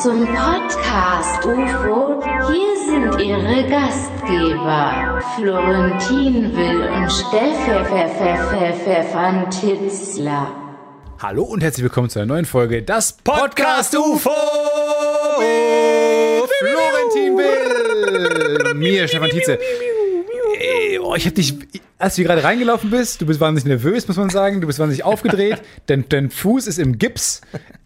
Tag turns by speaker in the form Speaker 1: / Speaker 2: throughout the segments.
Speaker 1: zum Podcast UFO. Hier sind Ihre Gastgeber Florentin Will und Stefan Titzler.
Speaker 2: Hallo und herzlich willkommen zu einer neuen Folge Das Podcast UFO. Florentin Will. Mir Stefan Tietze. Ey, Oh, ich hab dich, als du hier gerade reingelaufen bist, du bist wahnsinnig nervös, muss man sagen. Du bist wahnsinnig aufgedreht. Dein, dein Fuß ist im Gips.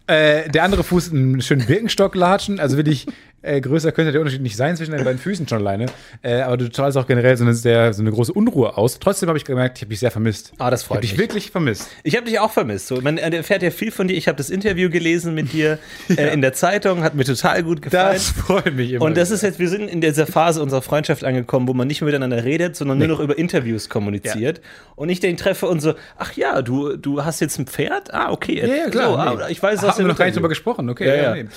Speaker 2: Äh, der andere Fuß im schönen Birkenstock latschen. Also wirklich äh, größer könnte der Unterschied nicht sein zwischen deinen beiden Füßen schon alleine. Äh, aber du strahlst auch generell so eine, sehr, so eine große Unruhe aus. Trotzdem habe ich gemerkt, ich habe dich sehr vermisst.
Speaker 3: Ah, das
Speaker 2: Ich hab
Speaker 3: freut
Speaker 2: dich
Speaker 3: mich.
Speaker 2: wirklich vermisst.
Speaker 3: Ich habe dich auch vermisst. So, man erfährt ja viel von dir. Ich habe das Interview gelesen mit dir äh, in der Zeitung, hat mir total gut gefallen.
Speaker 2: Das freut mich immer.
Speaker 3: und das ist jetzt, wir sind in dieser Phase unserer Freundschaft angekommen, wo man nicht mehr miteinander redet, sondern nur noch über Interviews kommuniziert. Und ich den treffe und so, ach ja, du, du hast jetzt ein Pferd? Ah, okay.
Speaker 2: Ja, ja, klar.
Speaker 3: So,
Speaker 2: nee.
Speaker 3: ah, ich weiß,
Speaker 2: Haben
Speaker 3: was
Speaker 2: wir noch gar nicht drüber
Speaker 3: drüber
Speaker 2: gesprochen, okay.
Speaker 3: Ja,
Speaker 2: ja,
Speaker 3: ja.
Speaker 2: Nee.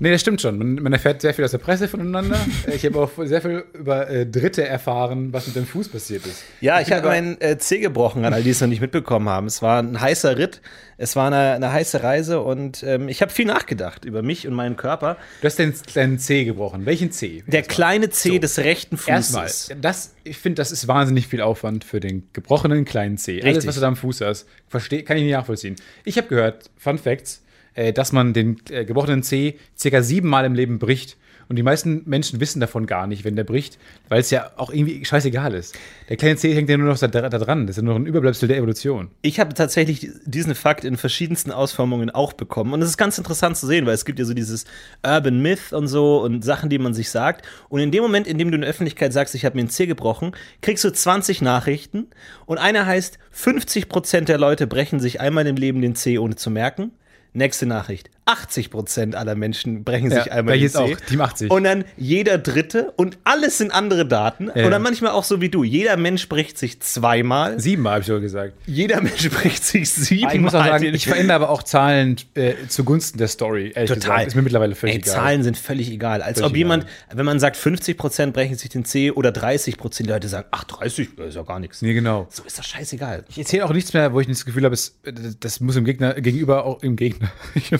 Speaker 2: nee, das stimmt schon. Man, man erfährt sehr viel aus der Presse voneinander. ich habe auch sehr viel über äh, Dritte erfahren, was mit dem Fuß passiert ist.
Speaker 3: Ja, ich
Speaker 2: bin
Speaker 3: habe
Speaker 2: aber-
Speaker 3: meinen äh, Zeh gebrochen, an all die es noch nicht mitbekommen haben. Es war ein heißer Ritt, es war eine, eine heiße Reise und ähm, ich habe viel nachgedacht über mich und meinen Körper.
Speaker 2: Du hast deinen, deinen Zeh gebrochen. Welchen Zeh?
Speaker 3: Der kleine Zeh des rechten Fußes.
Speaker 2: Erstmal, das, ich finde, das ist wahnsinnig viel Aufwand für den gebrochenen kleinen Zeh. Alles,
Speaker 3: Richtig.
Speaker 2: was du da am Fuß hast, versteh, kann ich nicht nachvollziehen. Ich habe gehört, Fun Facts, äh, dass man den äh, gebrochenen Zeh circa siebenmal im Leben bricht. Und die meisten Menschen wissen davon gar nicht, wenn der bricht, weil es ja auch irgendwie scheißegal ist. Der kleine Zeh hängt ja nur noch da, da dran. Das ist ja nur noch ein Überbleibsel der Evolution.
Speaker 3: Ich habe tatsächlich diesen Fakt in verschiedensten Ausformungen auch bekommen. Und es ist ganz interessant zu sehen, weil es gibt ja so dieses Urban Myth und so und Sachen, die man sich sagt. Und in dem Moment, in dem du in der Öffentlichkeit sagst, ich habe mir einen Zeh gebrochen, kriegst du 20 Nachrichten. Und eine heißt, 50% der Leute brechen sich einmal im Leben den Zeh, ohne zu merken. Nächste Nachricht. 80% aller Menschen brechen
Speaker 2: Ja,
Speaker 3: sich einmal
Speaker 2: bei
Speaker 3: den
Speaker 2: jetzt
Speaker 3: Zeh.
Speaker 2: auch. Team 80.
Speaker 3: Und dann jeder Dritte und alles sind andere Daten.
Speaker 2: Ja.
Speaker 3: Und dann manchmal auch so wie du. Jeder Mensch bricht sich zweimal.
Speaker 2: Siebenmal, habe ich sogar gesagt.
Speaker 3: Jeder Mensch bricht sich
Speaker 2: Aber
Speaker 3: siebenmal.
Speaker 2: Ich muss auch sagen,
Speaker 3: den-
Speaker 2: ich verändere aber auch Zahlen äh, zugunsten der Story. Ehrlich
Speaker 3: total.
Speaker 2: Gesagt. Ist mir mittlerweile völlig
Speaker 3: Ey,
Speaker 2: egal.
Speaker 3: Zahlen sind völlig egal. Als
Speaker 2: Völlig
Speaker 3: ob jemand, wenn man sagt, 50% brechen sich den Zeh oder 30% Leute sagen, ach, 30 ist ja gar nichts.
Speaker 2: Nee, genau.
Speaker 3: So ist das scheißegal.
Speaker 2: Ich erzähle auch nichts mehr, wo ich nicht das Gefühl habe, es, äh, das muss im Gegner gegenüber auch im Gegner. Ich,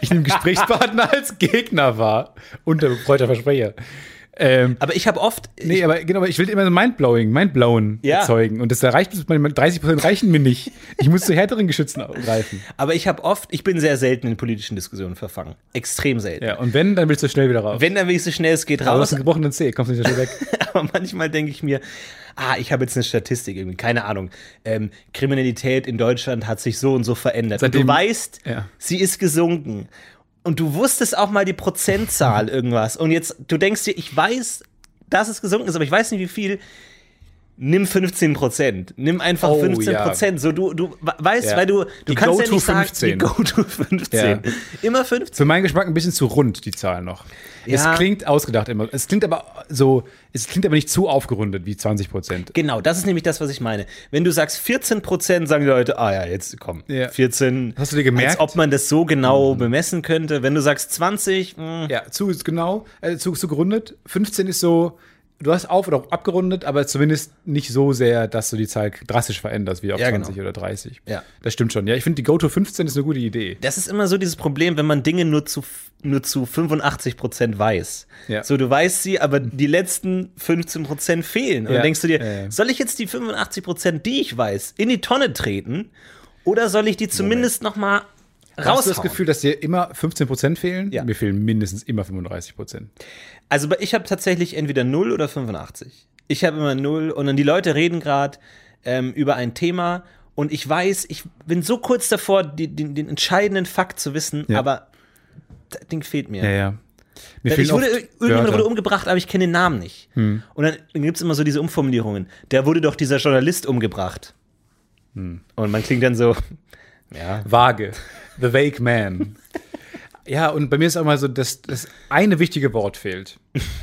Speaker 2: ich nehme Gesprächspartner als Gegner wahr. äh, Unterbetreuter Versprecher. Ähm,
Speaker 3: Aber ich habe oft.
Speaker 2: nee,
Speaker 3: ich,
Speaker 2: aber genau, aber ich will immer so Mindblowing, Mindblown
Speaker 3: Ja.
Speaker 2: erzeugen. Und das erreicht bis manchmal 30% reichen mir nicht. Ich muss zu härteren Geschützen greifen.
Speaker 3: aber ich habe oft, ich bin sehr selten in politischen Diskussionen verfangen. Extrem selten.
Speaker 2: Ja, und wenn, dann willst du schnell wieder raus.
Speaker 3: Wenn dann wenigstens so schnell es geht
Speaker 2: aber du hast
Speaker 3: raus,
Speaker 2: einen gebrochenen Zeh, kommst du nicht so schnell weg.
Speaker 3: aber manchmal denke ich mir, ah, ich habe jetzt eine Statistik irgendwie, keine Ahnung. Ähm, Kriminalität in Deutschland hat sich so und so verändert.
Speaker 2: Seitdem-
Speaker 3: und du weißt,
Speaker 2: Ja.
Speaker 3: sie ist gesunken. Und du wusstest auch mal die Prozentzahl irgendwas. Und jetzt, du denkst dir, ich weiß, dass es gesunken ist, aber ich weiß nicht, wie viel. Nimm 15 Prozent. Nimm einfach
Speaker 2: Oh,
Speaker 3: 15
Speaker 2: ja.
Speaker 3: Prozent. So, du, du weißt,
Speaker 2: Ja.
Speaker 3: weil du, du
Speaker 2: Die
Speaker 3: kannst ja
Speaker 2: Go-To
Speaker 3: nicht sagen,
Speaker 2: 15.
Speaker 3: die Go-To 15.
Speaker 2: Ja.
Speaker 3: Immer 15.
Speaker 2: Für meinen Geschmack ein bisschen zu rund, die Zahl noch.
Speaker 3: Ja.
Speaker 2: Es klingt ausgedacht immer. Es klingt aber so, es klingt aber nicht zu aufgerundet wie 20%.
Speaker 3: Genau, das ist nämlich das, was ich meine. Wenn du sagst 14 Prozent, sagen die Leute, ah ja, jetzt komm,
Speaker 2: Ja.
Speaker 3: 14.
Speaker 2: Hast du dir gemerkt? Mhm.
Speaker 3: Als ob man das so genau bemessen könnte. Wenn du sagst hm, 20, mh,
Speaker 2: Ja, zu ist genau, äh, zu, zu gerundet. 15 ist so, du hast auf oder abgerundet, aber zumindest nicht so sehr, dass du die Zahl drastisch veränderst, wie auf
Speaker 3: Ja,
Speaker 2: 20
Speaker 3: genau.
Speaker 2: oder 30.
Speaker 3: Ja.
Speaker 2: Das stimmt schon. Ja, ich finde, die GoTo 15 ist eine gute Idee.
Speaker 3: das ist immer so dieses Problem, wenn man Dinge nur zu, nur zu 85 Prozent weiß.
Speaker 2: Ja.
Speaker 3: So, du weißt sie, aber die letzten 15 Prozent fehlen. Und
Speaker 2: Ja.
Speaker 3: dann denkst du dir,
Speaker 2: Ja, ja.
Speaker 3: soll ich jetzt die 85 Prozent, die ich weiß, in die Tonne treten? Oder soll ich die zumindest noch mal raushauen?
Speaker 2: Hast du das Gefühl, dass dir immer 15% fehlen?
Speaker 3: Ja.
Speaker 2: Mir fehlen mindestens immer 35%.
Speaker 3: Also bei- ich habe tatsächlich entweder 0 oder 85. Ich habe immer 0 und dann die Leute reden gerade ähm, über ein Thema und ich weiß, ich bin so kurz davor, die, den- den entscheidenden Fakt zu wissen,
Speaker 2: Ja.
Speaker 3: aber das Ding fehlt mir.
Speaker 2: ja. Mir
Speaker 3: Ich wurde,
Speaker 2: oft Hm.
Speaker 3: irgendjemand
Speaker 2: Wörter.
Speaker 3: wurde umgebracht, aber ich kenne den Namen nicht. Und dann, dann gibt es immer so diese Umformulierungen. Der wurde doch dieser Journalist umgebracht.
Speaker 2: Hm.
Speaker 3: Und man klingt dann so, ja.
Speaker 2: Vage. The Vague Man. ja, und bei mir ist auch mal so, dass das eine wichtige Wort fehlt.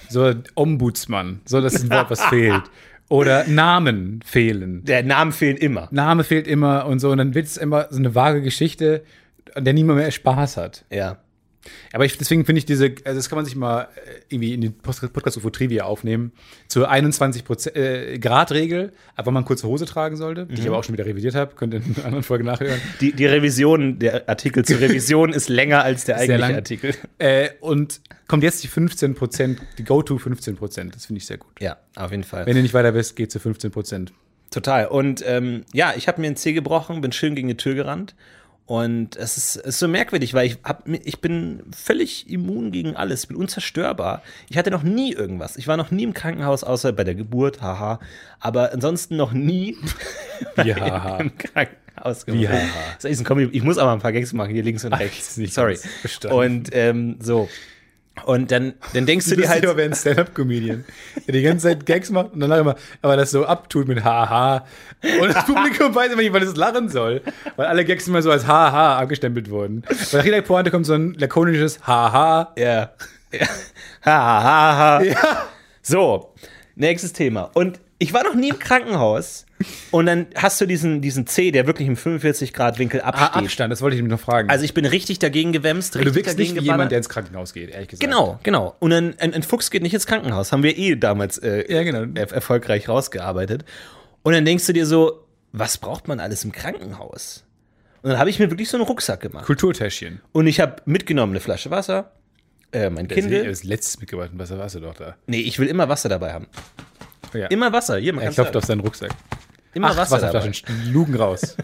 Speaker 2: So Ombudsmann. So, das ist ein Wort, was fehlt. Oder Namen fehlen.
Speaker 3: Der Namen fehlen immer.
Speaker 2: Name fehlt immer und so. Und dann wird es immer so eine vage Geschichte, an der niemand mehr Spaß hat.
Speaker 3: Ja.
Speaker 2: Aber ich, deswegen finde ich diese, also das kann man sich mal äh, irgendwie in den Post- Podcast UFO Trivia aufnehmen, zur 21 äh, Grad Regel, ab wann man kurze Hose tragen sollte, die ich aber auch schon wieder revidiert habe, könnt ihr in einer anderen Folge nachhören.
Speaker 3: Die, die Revision, der Artikel zur Revision ist länger als der eigentliche
Speaker 2: lang.
Speaker 3: Artikel.
Speaker 2: Äh, und kommt jetzt die 15 Prozent, die Go-To 15 Prozent, das finde ich sehr gut.
Speaker 3: Ja, auf jeden Fall.
Speaker 2: Wenn ihr nicht weiter wisst, geht zu 15 Prozent.
Speaker 3: Total. Und ähm, ja, ich habe mir einen Zeh gebrochen, bin schön gegen die Tür gerannt. Und es ist, es ist so merkwürdig, weil ich, hab, mi- ich bin völlig immun gegen alles, bin unzerstörbar. Ich hatte noch nie irgendwas. Ich war noch nie im Krankenhaus, außer bei der Geburt, haha. Aber ansonsten noch nie
Speaker 2: Ja.
Speaker 3: im Krankenhaus
Speaker 2: Ja.
Speaker 3: gemacht. Das ist ein Kombi. Ich muss aber ein paar Gags machen, hier links und
Speaker 2: Ah,
Speaker 3: rechts.
Speaker 2: ist nicht
Speaker 3: Sorry.
Speaker 2: ganz verstanden.
Speaker 3: Und ähm, so. Und dann, dann denkst du
Speaker 2: Das
Speaker 3: dir
Speaker 2: ist
Speaker 3: halt.
Speaker 2: immer wie ein Stand-Up-Comedian, der die ganze Zeit Gags macht und danach immer, aber das so abtut mit Haha. Und das Publikum weiß immer nicht, wann es lachen soll, weil alle Gags immer so als Haha abgestempelt wurden. Bei nach jeder Pointe kommt so ein lakonisches Haha.
Speaker 3: Ja. Ja. ha, ha, ha. So, nächstes Thema. Und ich war noch nie im Krankenhaus. Und dann hast du diesen, diesen C, der wirklich im 45-Grad-Winkel
Speaker 2: Ah,
Speaker 3: absteht.
Speaker 2: Abstand, das wollte ich mich noch fragen.
Speaker 3: also ich bin richtig dagegen gewämst,
Speaker 2: du
Speaker 3: richtig
Speaker 2: wirkst
Speaker 3: dagegen
Speaker 2: nicht wie jemand,
Speaker 3: geballert.
Speaker 2: der ins Krankenhaus geht, ehrlich gesagt.
Speaker 3: Genau, genau. Und ein, ein, ein Fuchs geht nicht ins Krankenhaus. Haben wir eh damals äh,
Speaker 2: Ja, genau.
Speaker 3: er erfolgreich rausgearbeitet. Und dann denkst du dir so, was braucht man alles im Krankenhaus? Und dann habe ich mir wirklich so einen Rucksack gemacht.
Speaker 2: Kulturtäschchen.
Speaker 3: Und ich habe mitgenommen eine Flasche Wasser, äh, mein Kindle.
Speaker 2: Das letztes mitgebracht, was warst du doch da?
Speaker 3: Nee, ich will immer Wasser dabei haben.
Speaker 2: Ja.
Speaker 3: Immer Wasser, hier, man
Speaker 2: er
Speaker 3: kann's
Speaker 2: klopft
Speaker 3: sagen.
Speaker 2: auf seinen Rucksack.
Speaker 3: immer
Speaker 2: Acht
Speaker 3: Wasser dabei.
Speaker 2: Wasserflaschen, Lugen raus.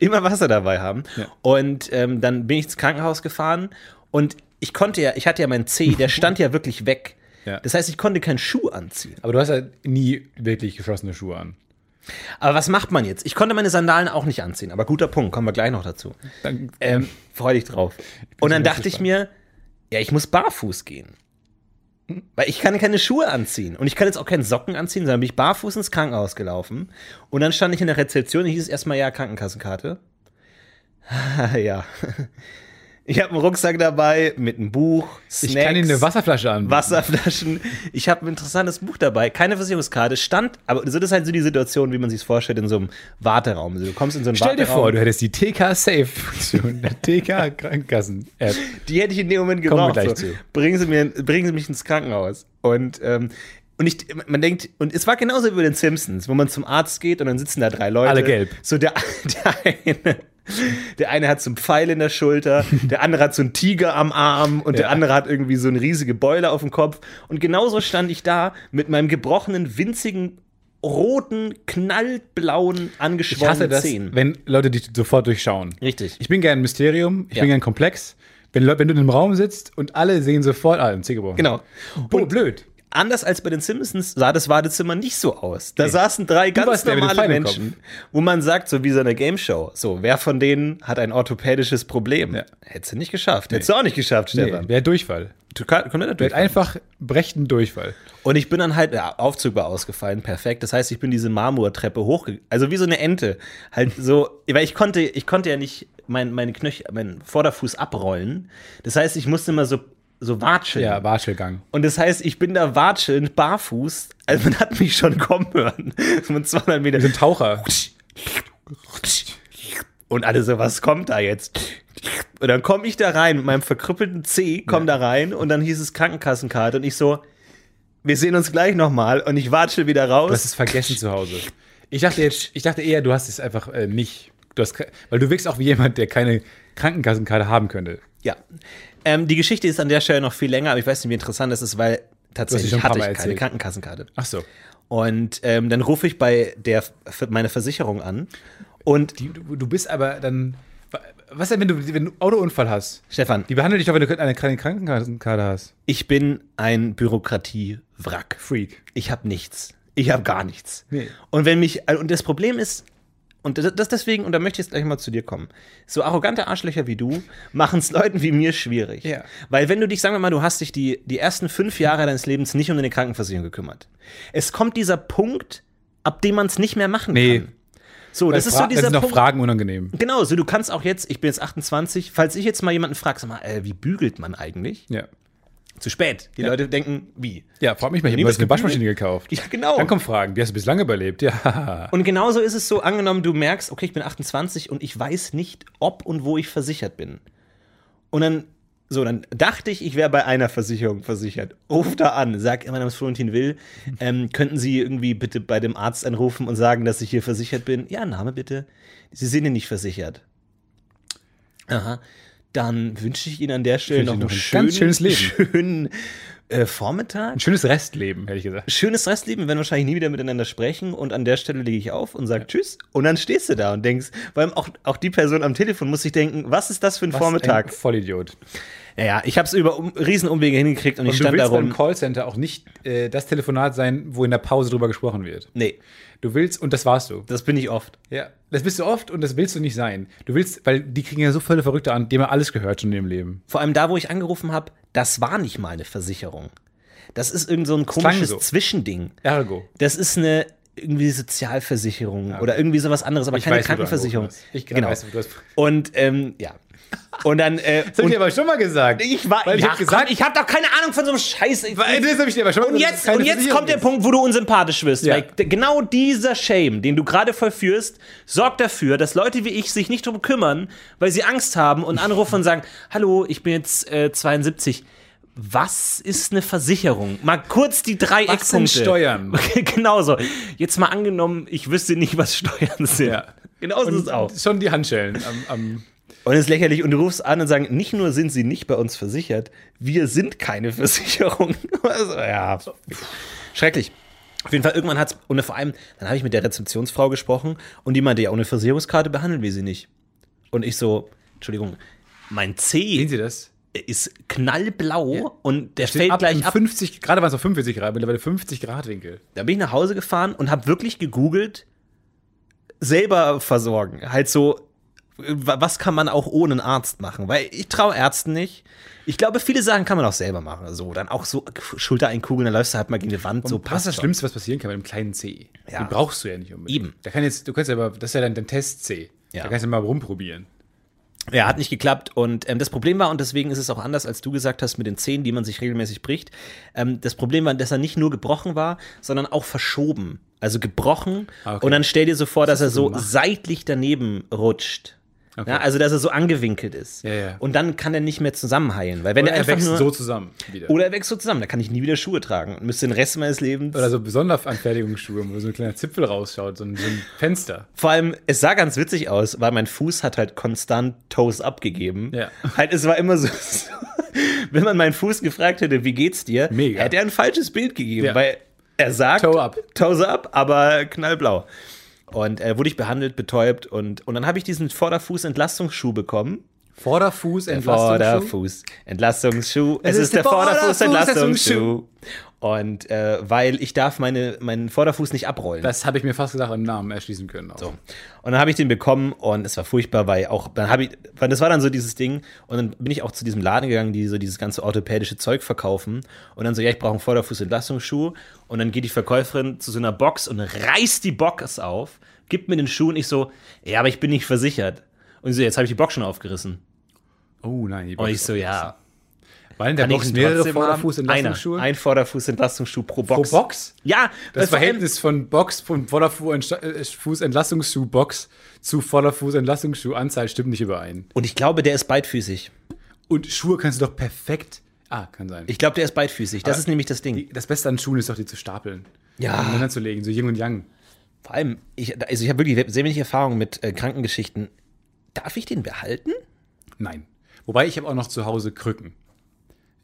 Speaker 3: Immer Wasser dabei haben.
Speaker 2: Ja.
Speaker 3: Und ähm, dann bin ich ins Krankenhaus gefahren und ich konnte ja, ich hatte ja meinen C, der stand ja wirklich weg.
Speaker 2: Ja.
Speaker 3: Das heißt, ich konnte keinen Schuh anziehen.
Speaker 2: Aber du hast halt nie wirklich geschlossene Schuhe an.
Speaker 3: Aber was macht man jetzt? Ich konnte meine Sandalen auch nicht anziehen, aber guter Punkt, kommen wir gleich noch dazu.
Speaker 2: Dann,
Speaker 3: Ähm, freu dich drauf. Und dann
Speaker 2: schon
Speaker 3: dachte ich
Speaker 2: gespannt.
Speaker 3: mir, ja, ich muss barfuß gehen. Weil ich kann keine Schuhe anziehen. Und ich kann jetzt auch keine Socken anziehen, sondern bin ich barfuß ins Krankenhaus gelaufen. Und dann stand ich in der Rezeption und hieß es erstmal, ja, Krankenkassenkarte. ja. Ich habe einen Rucksack dabei mit einem Buch, Snacks,
Speaker 2: ich kann Ihnen eine Wasserflasche an.
Speaker 3: Wasserflaschen. Ich habe ein interessantes Buch dabei, keine Versicherungskarte, stand, aber so das ist halt so die Situation, wie man sich vorstellt in so einem Warteraum. Also du kommst in so einen
Speaker 2: Stell dir
Speaker 3: Warteraum.
Speaker 2: vor, du hättest die TK-Safe-Funktion der TK-Krankenkassen-App.
Speaker 3: Die hätte ich in dem Moment
Speaker 2: Kommen wir
Speaker 3: gebraucht.
Speaker 2: gleich
Speaker 3: So.
Speaker 2: zu.
Speaker 3: Bringen sie, mir, bringen sie mich ins Krankenhaus. Und, ähm, und ich, man denkt, und es war genauso wie bei den Simpsons, wo man zum Arzt geht und dann sitzen da drei Leute.
Speaker 2: Alle gelb.
Speaker 3: So der, der eine. Der eine hat so einen Pfeil in der Schulter, der andere hat so einen Tiger am Arm und der
Speaker 2: Ja.
Speaker 3: andere hat irgendwie so eine riesige Beule auf dem Kopf. Und genauso stand ich da mit meinem gebrochenen, winzigen, roten, knallblauen,
Speaker 2: Ich hasse
Speaker 3: angeschwollenen
Speaker 2: das,
Speaker 3: Zehen.
Speaker 2: wenn Leute dich sofort durchschauen.
Speaker 3: Richtig.
Speaker 2: Ich bin gern ein Mysterium, ich
Speaker 3: Ja.
Speaker 2: bin gern komplex. Wenn, Leute- wenn du in einem Raum sitzt und alle sehen sofort, ah, ein Ziegelbaum.
Speaker 3: Genau.
Speaker 2: Oh, blöd.
Speaker 3: anders als bei den Simpsons sah das Wartezimmer nicht so aus. Da saßen drei ganz
Speaker 2: warst der mit dem
Speaker 3: normale
Speaker 2: Pfeil im
Speaker 3: Menschen, wo man sagt, so wie so eine Game Show, so wer von denen hat ein orthopädisches Problem?
Speaker 2: Ja.
Speaker 3: Hättest du nicht geschafft. Hättest du auch nicht geschafft,
Speaker 2: Nee,
Speaker 3: Stefan.
Speaker 2: der Durchfall.
Speaker 3: Du kann, komm da
Speaker 2: Der hat
Speaker 3: durch.
Speaker 2: einfach brechten Durchfall.
Speaker 3: Und ich bin dann halt, der Aufzug war ausgefallen, perfekt. Das heißt, ich bin diese Marmortreppe hochge, also wie so eine Ente. Halt so, weil ich konnte, ich konnte ja nicht mein, meine Knöchel, meinen Vorderfuß abrollen. Das heißt, ich musste immer so, so watscheln.
Speaker 2: Ja, Watschelgang.
Speaker 3: Und das heißt, ich bin da watschelnd, barfuß. Also man hat mich schon kommen hören. Von 200 Meter.
Speaker 2: Ein Taucher.
Speaker 3: Und alle so, was kommt da jetzt? Und dann komme ich da rein mit meinem verkrüppelten C, komme da rein und dann hieß es Krankenkassenkarte und ich so, wir sehen uns gleich nochmal und ich watschel wieder raus.
Speaker 2: Du hast es vergessen zu Hause. Ich dachte jetzt, ich dachte eher, du hast es einfach äh, nicht. Du hast, ke- weil du wirkst auch wie jemand, der keine Krankenkassenkarte haben könnte.
Speaker 3: Ja. Ähm, die Geschichte ist an der Stelle noch viel länger, aber ich weiß nicht, wie interessant das ist, weil tatsächlich
Speaker 2: schon ein paar
Speaker 3: hatte ich
Speaker 2: Mal
Speaker 3: keine
Speaker 2: erzählt.
Speaker 3: Krankenkassenkarte.
Speaker 2: Ach so.
Speaker 3: Und ähm, dann rufe ich bei der meiner Versicherung an und
Speaker 2: Die, du, du bist aber dann. wa- Was denn, wenn du, wenn du einen Autounfall hast?
Speaker 3: Stefan,
Speaker 2: Die behandeln dich doch, wenn du eine keine Krankenkassenkarte hast.
Speaker 3: Ich bin ein Bürokratiewrack.
Speaker 2: Freak.
Speaker 3: Ich habe nichts. Ich habe gar nichts.
Speaker 2: Nee.
Speaker 3: Und wenn mich äh, und das Problem ist und das- das deswegen und da möchte ich jetzt gleich mal zu dir kommen. So arrogante Arschlöcher wie du machen es Leuten wie mir schwierig.
Speaker 2: Ja.
Speaker 3: Weil wenn du dich, sagen wir mal, du hast dich die, die ersten fünf Jahre deines Lebens nicht um deine Krankenversicherung gekümmert. Es kommt dieser Punkt, ab dem man es nicht mehr machen
Speaker 2: Nee.
Speaker 3: kann. So, das
Speaker 2: Weil
Speaker 3: ist so
Speaker 2: Fra- dann
Speaker 3: dieser
Speaker 2: sind auch
Speaker 3: Punkt.
Speaker 2: Fragen unangenehm.
Speaker 3: Genau, so du kannst auch jetzt, ich bin jetzt 28, falls ich jetzt mal jemanden frage, sag mal, äh, wie bügelt man eigentlich?
Speaker 2: Ja.
Speaker 3: Zu spät. Die Leute denken, wie?
Speaker 2: Ja, frag mich mal, ich
Speaker 3: Nee,
Speaker 2: habe
Speaker 3: was
Speaker 2: eine
Speaker 3: gebügelt?
Speaker 2: Waschmaschine gekauft.
Speaker 3: Ja, genau.
Speaker 2: Dann kommen Fragen. Wie hast du bislang überlebt? Ja.
Speaker 3: Und genauso ist es so, angenommen, du merkst, okay, ich bin 28 und ich weiß nicht, ob und wo ich versichert bin. Und dann So, dann dachte ich, ich wäre bei einer Versicherung versichert. Ruf da an, sag, mein Name ist Florentin Will. Ähm, könnten Sie irgendwie bitte bei dem Arzt anrufen und sagen, dass ich hier versichert bin? Ja, Name bitte. Sie sind hier nicht versichert. Aha. Dann wünsche ich Ihnen an der Stelle
Speaker 2: Ich
Speaker 3: noch
Speaker 2: wünsche
Speaker 3: einen
Speaker 2: Ihnen
Speaker 3: schönen,
Speaker 2: noch ein ganz schönes Leben.
Speaker 3: schönen äh, Vormittag.
Speaker 2: Ein schönes Restleben, hätte ich gesagt.
Speaker 3: Schönes Restleben, wir werden wahrscheinlich nie wieder miteinander sprechen und an der Stelle lege ich auf und sage Tschüss und dann stehst du da und denkst, weil auch, auch die Person am Telefon muss sich denken, was ist das für ein Vormittag?
Speaker 2: Ein Vollidiot.
Speaker 3: Naja, ich habe es über um, Riesenumwege hingekriegt und, ich
Speaker 2: Und du
Speaker 3: stand da
Speaker 2: willst beim
Speaker 3: rum.
Speaker 2: Callcenter auch nicht äh, das Telefonat sein, wo in der Pause drüber gesprochen wird.
Speaker 3: Nee,
Speaker 2: Du willst, und das warst du.
Speaker 3: das bin ich oft.
Speaker 2: Ja. Das bist du oft und das willst du nicht sein. Du willst, weil die kriegen ja so völlig Verrückte an, dem man alles gehört schon in dem Leben.
Speaker 3: Vor allem da, wo ich angerufen habe, das war nicht mal eine Versicherung. Das ist irgend so ein
Speaker 2: klang
Speaker 3: komisches
Speaker 2: so.
Speaker 3: Zwischending.
Speaker 2: Ergo.
Speaker 3: Das ist eine irgendwie Sozialversicherung oder irgendwie sowas anderes, aber
Speaker 2: Ich
Speaker 3: keine
Speaker 2: weiß, wo du
Speaker 3: Krankenversicherung. Genau.
Speaker 2: angerufen hast. Ich weiß, wo du hast-
Speaker 3: Und ähm, ja. Und dann äh,
Speaker 2: Das hab ich
Speaker 3: und
Speaker 2: dir aber schon mal gesagt.
Speaker 3: ich war
Speaker 2: weil ich
Speaker 3: ja,
Speaker 2: hab gesagt,
Speaker 3: komm, ich habe doch keine Ahnung von so einem Scheiß. Ich,
Speaker 2: Weil- das hab ich dir aber schon mal
Speaker 3: und
Speaker 2: gesagt, dass
Speaker 3: jetzt,
Speaker 2: es keine
Speaker 3: und jetzt
Speaker 2: Versicherung
Speaker 3: kommt der
Speaker 2: ist.
Speaker 3: Punkt, wo du unsympathisch wirst.
Speaker 2: Ja.
Speaker 3: Weil d- genau dieser Shame, den du gerade vollführst, sorgt dafür, dass Leute wie ich sich nicht drum kümmern, weil sie Angst haben und anrufen und sagen: Hallo, ich bin jetzt äh, 72. Was ist eine Versicherung? Mal kurz die drei
Speaker 2: Was sind
Speaker 3: Eckpunkte.
Speaker 2: Steuern?
Speaker 3: Genauso. Jetzt mal angenommen, ich wüsste nicht, was Steuern sind.
Speaker 2: Ja.
Speaker 3: Genauso ist es auch.
Speaker 2: Und schon die Handschellen am, am
Speaker 3: Und es ist lächerlich. Und du rufst an und sagst, nicht nur sind sie nicht bei uns versichert, wir sind keine Versicherung. Also, ja, schrecklich. Auf jeden Fall, irgendwann hat's und vor allem, dann habe ich mit der Rezeptionsfrau gesprochen und die meinte, ja, ohne Versicherungskarte behandeln wir sie nicht. Und ich so, Entschuldigung, mein
Speaker 2: sehen
Speaker 3: C
Speaker 2: Sie das?
Speaker 3: ist knallblau
Speaker 2: Ja.
Speaker 3: und der
Speaker 2: Steht
Speaker 3: fällt gleich
Speaker 2: in
Speaker 3: ab.
Speaker 2: 50, gerade waren es noch 45 Grad, mittlerweile 50 Grad Winkel.
Speaker 3: Da bin ich nach Hause gefahren und habe wirklich gegoogelt, selber versorgen. Halt so, wa- was kann man auch ohne einen Arzt machen? Weil ich traue Ärzten nicht. Ich glaube, viele Sachen kann man auch selber machen. So, dann auch so Schulter einkugeln, dann läufst du halt mal gegen die Wand. So
Speaker 2: was ist
Speaker 3: passt
Speaker 2: das
Speaker 3: schon.
Speaker 2: Schlimmste, was passieren kann mit einem kleinen C?
Speaker 3: Ja.
Speaker 2: Den brauchst du ja nicht unbedingt.
Speaker 3: Eben.
Speaker 2: Da kann jetzt, du kannst ja aber, das ist ja dann dein Test C.
Speaker 3: Ja.
Speaker 2: Da kannst du mal rumprobieren.
Speaker 3: Ja, hat nicht geklappt. Und ähm, das Problem war, und deswegen ist es auch anders, als du gesagt hast, mit den Zähnen, die man sich regelmäßig bricht. Ähm, das Problem war, dass er nicht nur gebrochen war, sondern auch verschoben. Also gebrochen.
Speaker 2: Ah, okay.
Speaker 3: Und dann stell dir so vor, dass er
Speaker 2: hast du
Speaker 3: so
Speaker 2: gemacht?
Speaker 3: seitlich daneben rutscht.
Speaker 2: Okay.
Speaker 3: Ja, also, dass er so angewinkelt ist.
Speaker 2: Ja, ja.
Speaker 3: Und dann kann er nicht mehr zusammenheilen. Weil wenn
Speaker 2: Oder
Speaker 3: er
Speaker 2: er
Speaker 3: einfach
Speaker 2: wächst
Speaker 3: nur,
Speaker 2: so zusammen wieder.
Speaker 3: Oder er wächst so zusammen. Da kann ich nie wieder Schuhe tragen und müsste den Rest meines Lebens.
Speaker 2: Oder so Besonderanfertigungsschuhe, wo so ein kleiner Zipfel rausschaut, so ein, so ein Fenster.
Speaker 3: Vor allem, es sah ganz witzig aus, weil mein Fuß hat halt konstant Toes abgegeben.
Speaker 2: Ja.
Speaker 3: Halt, es war immer so, so, wenn man meinen Fuß gefragt hätte, wie geht's dir,
Speaker 2: Mega.
Speaker 3: hätte er ein falsches Bild gegeben,
Speaker 2: Ja.
Speaker 3: weil er sagt
Speaker 2: Toe up.
Speaker 3: Toes up, aber knallblau. Und äh, wurde ich behandelt, betäubt und, und dann habe ich diesen Vorderfuß-Entlastungsschuh bekommen.
Speaker 2: Vorderfuß, Entlastungsschuh.
Speaker 3: Vorderfuß. Entlastungsschuh. Es, ist der Vorderfuß, Entlastungsschuh. Und äh, weil ich darf meine, meinen Vorderfuß nicht abrollen.
Speaker 2: Das habe ich mir fast gedacht, im Namen erschließen können. Auch. So.
Speaker 3: Und dann habe ich den bekommen und es war furchtbar, weil auch, dann habe ich, weil das war dann so dieses Ding und dann bin ich auch zu diesem Laden gegangen, die so dieses ganze orthopädische Zeug verkaufen und dann so, ja, ich brauche einen Vorderfußentlastungsschuh und dann geht die Verkäuferin zu so einer Box und reißt die Box auf, gibt mir den Schuh und ich so, ja, aber ich bin nicht versichert. Und sie so, jetzt habe ich die Box schon aufgerissen.
Speaker 2: Oh nein, die
Speaker 3: Und
Speaker 2: Box.
Speaker 3: ich so, ja.
Speaker 2: Weil in der
Speaker 3: kann ich
Speaker 2: Box
Speaker 3: ihn
Speaker 2: mehrere
Speaker 3: trotzdem haben?
Speaker 2: Vorderfuß-Entlastungsschuhe.
Speaker 3: Einer, ein Vorderfußentlastungsschuh pro
Speaker 2: Pro
Speaker 3: Box.
Speaker 2: Box?
Speaker 3: Ja,
Speaker 2: Das
Speaker 3: vor allem-
Speaker 2: Verhältnis von Box von Vorderfuß-Entlastungsschuh-Box zu Vorderfuß-Entlastungsschuh-Anzahl stimmt nicht überein.
Speaker 3: Und ich glaube, der ist beidfüßig.
Speaker 2: Und Schuhe kannst du doch perfekt. Ah, kann sein.
Speaker 3: Ich glaube, der ist beidfüßig. Das
Speaker 2: Aber
Speaker 3: ist nämlich das Ding.
Speaker 2: Die- das Beste an Schuhen ist doch, die zu stapeln.
Speaker 3: Ja.
Speaker 2: Miteinander zu legen, so Yin und Yang.
Speaker 3: Vor allem, ich, also ich habe wirklich sehr wenig Erfahrung mit äh, Krankengeschichten. Darf ich den behalten?
Speaker 2: Nein. Wobei ich habe auch noch zu Hause Krücken.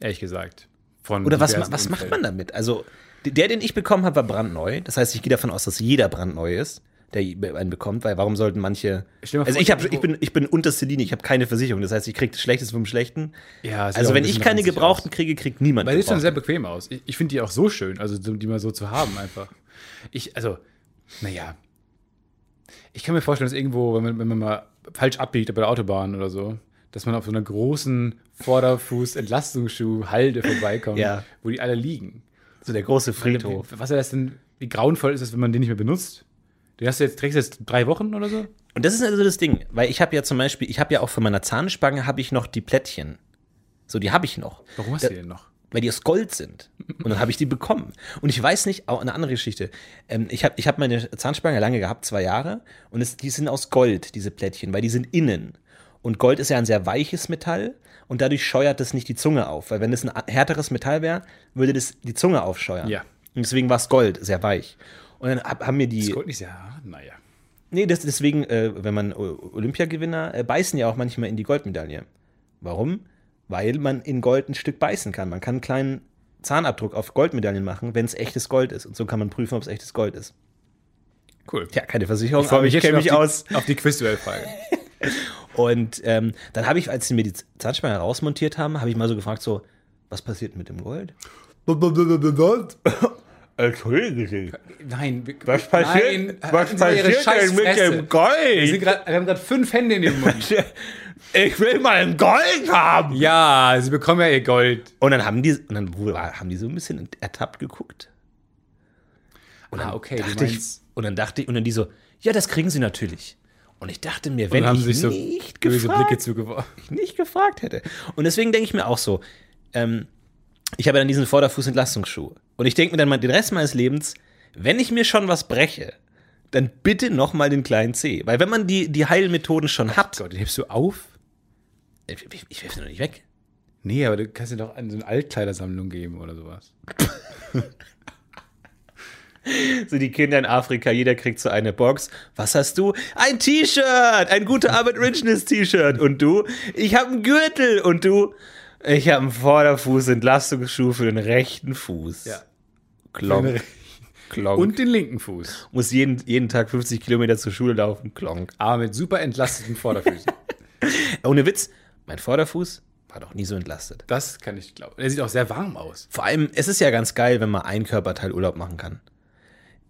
Speaker 2: Ehrlich gesagt. Von
Speaker 3: Oder was, ma-
Speaker 2: diversen
Speaker 3: was macht man
Speaker 2: Unfällen.
Speaker 3: damit? Also, d- der, den ich bekommen habe, war brandneu. Das heißt, ich gehe davon aus, dass jeder brandneu ist, der einen bekommt, weil warum sollten manche.
Speaker 2: Stell dir mal
Speaker 3: also,
Speaker 2: vor,
Speaker 3: ich, hab,
Speaker 2: irgendwo-
Speaker 3: ich, bin, ich bin unterste Linie, ich habe keine Versicherung. Das heißt, ich kriege das Schlechteste vom Schlechten.
Speaker 2: Ja, sieht auch
Speaker 3: also,
Speaker 2: ein
Speaker 3: wenn ich
Speaker 2: bisschen
Speaker 3: keine
Speaker 2: ranzig
Speaker 3: gebrauchten
Speaker 2: aus.
Speaker 3: kriege, kriegt niemand.
Speaker 2: Weil die sieht schon sehr
Speaker 3: gebrauchten.
Speaker 2: bequem aus. Ich, ich finde die auch so schön, also so- die mal so zu haben einfach. Ich, also, naja. Ich kann mir vorstellen, dass irgendwo, wenn man, wenn man mal falsch abbiegt bei der Autobahn oder so, dass man auf so einer großen Vorderfuß-Entlastungsschuh-Halde vorbeikommt,
Speaker 3: Ja.
Speaker 2: wo die alle liegen.
Speaker 3: so der große Friedhof.
Speaker 2: Wie, was ist das denn? Wie grauenvoll ist das, wenn man den nicht mehr benutzt? Den hast du jetzt, trägst du jetzt drei Wochen oder so?
Speaker 3: Und das ist also das Ding, weil ich habe ja zum Beispiel, ich habe ja auch von meiner Zahnspange habe ich noch die Plättchen. So, die habe ich noch.
Speaker 2: Warum hast
Speaker 3: Da-
Speaker 2: du den noch?
Speaker 3: weil die aus Gold sind. Und dann habe ich die bekommen. Und ich weiß nicht, auch eine andere Geschichte. Ähm, ich habe ich hab meine Zahnspange lange gehabt, zwei Jahre. Und es, die sind aus Gold, diese Plättchen, weil die sind innen. Und Gold ist ja ein sehr weiches Metall und dadurch scheuert es nicht die Zunge auf. Weil wenn es ein härteres Metall wäre, würde das die Zunge aufscheuern.
Speaker 2: Ja.
Speaker 3: Und deswegen war es Gold, sehr weich. Und dann hab- haben mir die.
Speaker 2: Ist Gold nicht sehr hart? Naja.
Speaker 3: Nee, das, deswegen, äh, wenn man O- Olympiagewinner, äh, beißen ja auch manchmal in die Goldmedaille. Warum? Weil man in Gold ein Stück beißen kann. Man kann einen kleinen Zahnabdruck auf Goldmedaillen machen, wenn es echtes Gold ist. Und so kann man prüfen, ob es echtes Gold ist.
Speaker 2: Cool.
Speaker 3: Tja, keine Versicherung,
Speaker 2: freue
Speaker 3: aber ich kenne mich
Speaker 2: auf
Speaker 3: aus.
Speaker 2: Die, auf die Quizduellfrage.
Speaker 3: Und ähm, dann habe ich, als sie mir die Z- Zahnspange rausmontiert haben, habe ich mal so gefragt, so, was passiert mit dem Gold? Entschuldigen Sie.
Speaker 2: Nein, wir-
Speaker 3: Was passiert,
Speaker 2: Nein,
Speaker 3: was
Speaker 2: halten Sie mal Ihre
Speaker 3: passiert denn
Speaker 2: Scheißfresse.
Speaker 3: mit dem
Speaker 2: Wir, sind
Speaker 3: Gold?
Speaker 2: grad, wir haben gerade fünf Hände in dem Mund.
Speaker 3: Ich will mein Gold haben.
Speaker 2: ja, sie bekommen ja ihr Gold.
Speaker 3: Und dann haben die, und dann wo- haben die so ein bisschen ertappt geguckt. Und
Speaker 2: ah, okay.
Speaker 3: dachte ich, und dann dachte ich, und dann die so, ja, das kriegen sie natürlich. Und ich dachte mir, wenn
Speaker 2: haben
Speaker 3: ich
Speaker 2: sich so
Speaker 3: nicht,
Speaker 2: böse Blicke
Speaker 3: gefragt,
Speaker 2: zugeworfen.
Speaker 3: nicht gefragt hätte. Und deswegen denke ich mir auch so, ähm, ich habe dann diesen Vorderfuß-Entlastungsschuh. Und ich denke mir dann mal den Rest meines Lebens, wenn ich mir schon was breche, dann bitte nochmal den kleinen C. Weil wenn man die, die Heilmethoden schon hat,
Speaker 2: Gott, den hebst du auf?
Speaker 3: ich, ich, ich werfe den doch nicht weg.
Speaker 2: Nee, aber du kannst dir doch an so eine Altkleidersammlung geben oder sowas.
Speaker 3: So die Kinder in Afrika, jeder kriegt so eine Box. Was hast du? Ein T-Shirt, ein gute Arbeit Richness T-Shirt. Und du? Ich habe einen Gürtel. Und du? Ich habe einen Vorderfuß, Entlastungsschuh für den rechten Fuß.
Speaker 2: Ja.
Speaker 3: Klonk, klonk. Und
Speaker 2: Und den linken Fuß.
Speaker 3: muss jeden, jeden Tag 50 Kilometer zur Schule laufen. Klonk.
Speaker 2: Aber mit super entlasteten Vorderfüßen.
Speaker 3: Ohne Witz, mein Vorderfuß war noch nie so entlastet.
Speaker 2: das kann ich glauben. Der sieht auch sehr warm aus.
Speaker 3: Vor allem, es ist ja ganz geil, wenn man ein Körperteil Urlaub machen kann.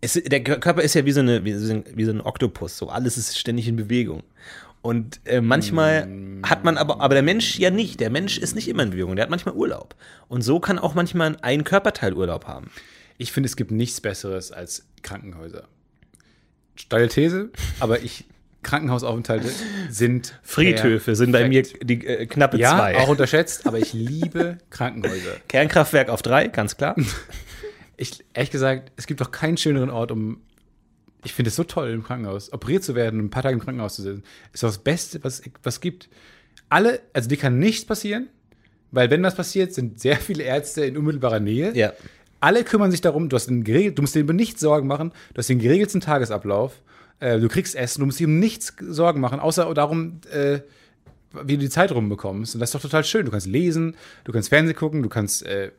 Speaker 3: Es, der Kör- Körper ist ja wie so, eine, wie, so ein, wie so ein Oktopus, so alles ist ständig in Bewegung. Und äh, manchmal
Speaker 2: Mm.
Speaker 3: hat man aber, aber der Mensch ja nicht. Der Mensch ist nicht immer in Bewegung, der hat manchmal Urlaub. Und so kann auch manchmal ein Körperteil Urlaub haben.
Speaker 2: Ich finde, es gibt nichts Besseres als Krankenhäuser. Steile These, aber ich, Krankenhausaufenthalte sind.
Speaker 3: Friedhöfe sind bei mir
Speaker 2: perfekt.
Speaker 3: die äh, knappe
Speaker 2: Ja,
Speaker 3: zwei.
Speaker 2: auch unterschätzt, aber ich liebe Krankenhäuser.
Speaker 3: Kernkraftwerk auf drei, ganz klar.
Speaker 2: Ich, ehrlich gesagt, es gibt doch keinen schöneren Ort, um. Ich finde es so toll, im Krankenhaus operiert zu werden und ein paar Tage im Krankenhaus zu sitzen. Ist doch das Beste, was was gibt. Alle, also dir kann nichts passieren, weil wenn was passiert, sind sehr viele Ärzte in unmittelbarer Nähe.
Speaker 3: ja.
Speaker 2: Alle kümmern sich darum, du, hast einen geregel- du musst dir über nichts Sorgen machen, du hast den geregelten Tagesablauf, äh, du kriegst Essen, du musst dir um nichts Sorgen machen, außer darum, äh, wie du die Zeit rumbekommst. Und das ist doch total schön. Du kannst lesen, du kannst Fernsehen gucken, du kannst, äh, äh,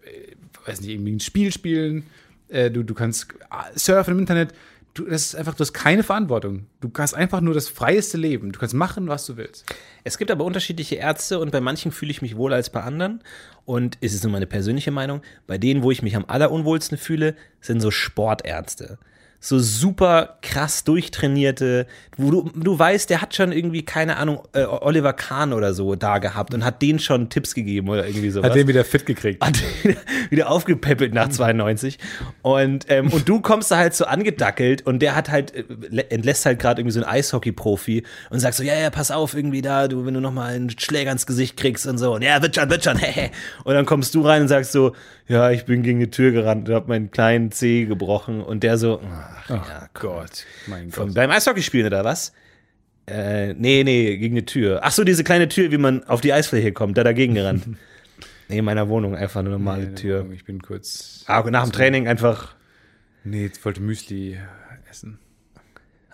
Speaker 2: weiß nicht, irgendwie ein Spiel spielen, äh, du, du kannst äh, surfen im Internet. Du, das ist einfach, du hast keine Verantwortung. Du hast einfach nur das freieste Leben. Du kannst machen, was du willst.
Speaker 3: Es gibt aber unterschiedliche Ärzte und bei manchen fühle ich mich wohler als bei anderen. Und es ist nur meine persönliche Meinung. Bei denen, wo ich mich am allerunwohlsten fühle, sind so Sportärzte. So super krass durchtrainierte, wo du, du weißt, der hat schon irgendwie, keine Ahnung, äh, Oliver Kahn oder so da gehabt und hat denen schon Tipps gegeben oder irgendwie sowas
Speaker 2: Hat den wieder fit gekriegt.
Speaker 3: hat ihn wieder aufgepäppelt nach 92. Und, ähm, und du kommst da halt so angedackelt und der hat halt, äh, le- entlässt halt gerade irgendwie so einen Eishockey-Profi und sagt so, ja, ja, pass auf, irgendwie da, du, wenn du nochmal einen Schläger ins Gesicht kriegst und so, und ja, wird schon, wird schon, hehe. Und dann kommst du rein und sagst so, ja, ich bin gegen die Tür gerannt und hab meinen kleinen Zeh gebrochen und der so, ach, ja,
Speaker 2: Gott, mein Gott.
Speaker 3: Von, beim Eishockeyspielen oder was? Äh, nee, nee, gegen eine Tür. Ach so, diese kleine Tür, wie man auf die Eisfläche kommt, da dagegen gerannt. nee, in meiner Wohnung einfach eine normale Tür.
Speaker 2: Ich bin kurz.
Speaker 3: Ah, nach dem Training einfach.
Speaker 2: Nee, jetzt wollte Müsli essen.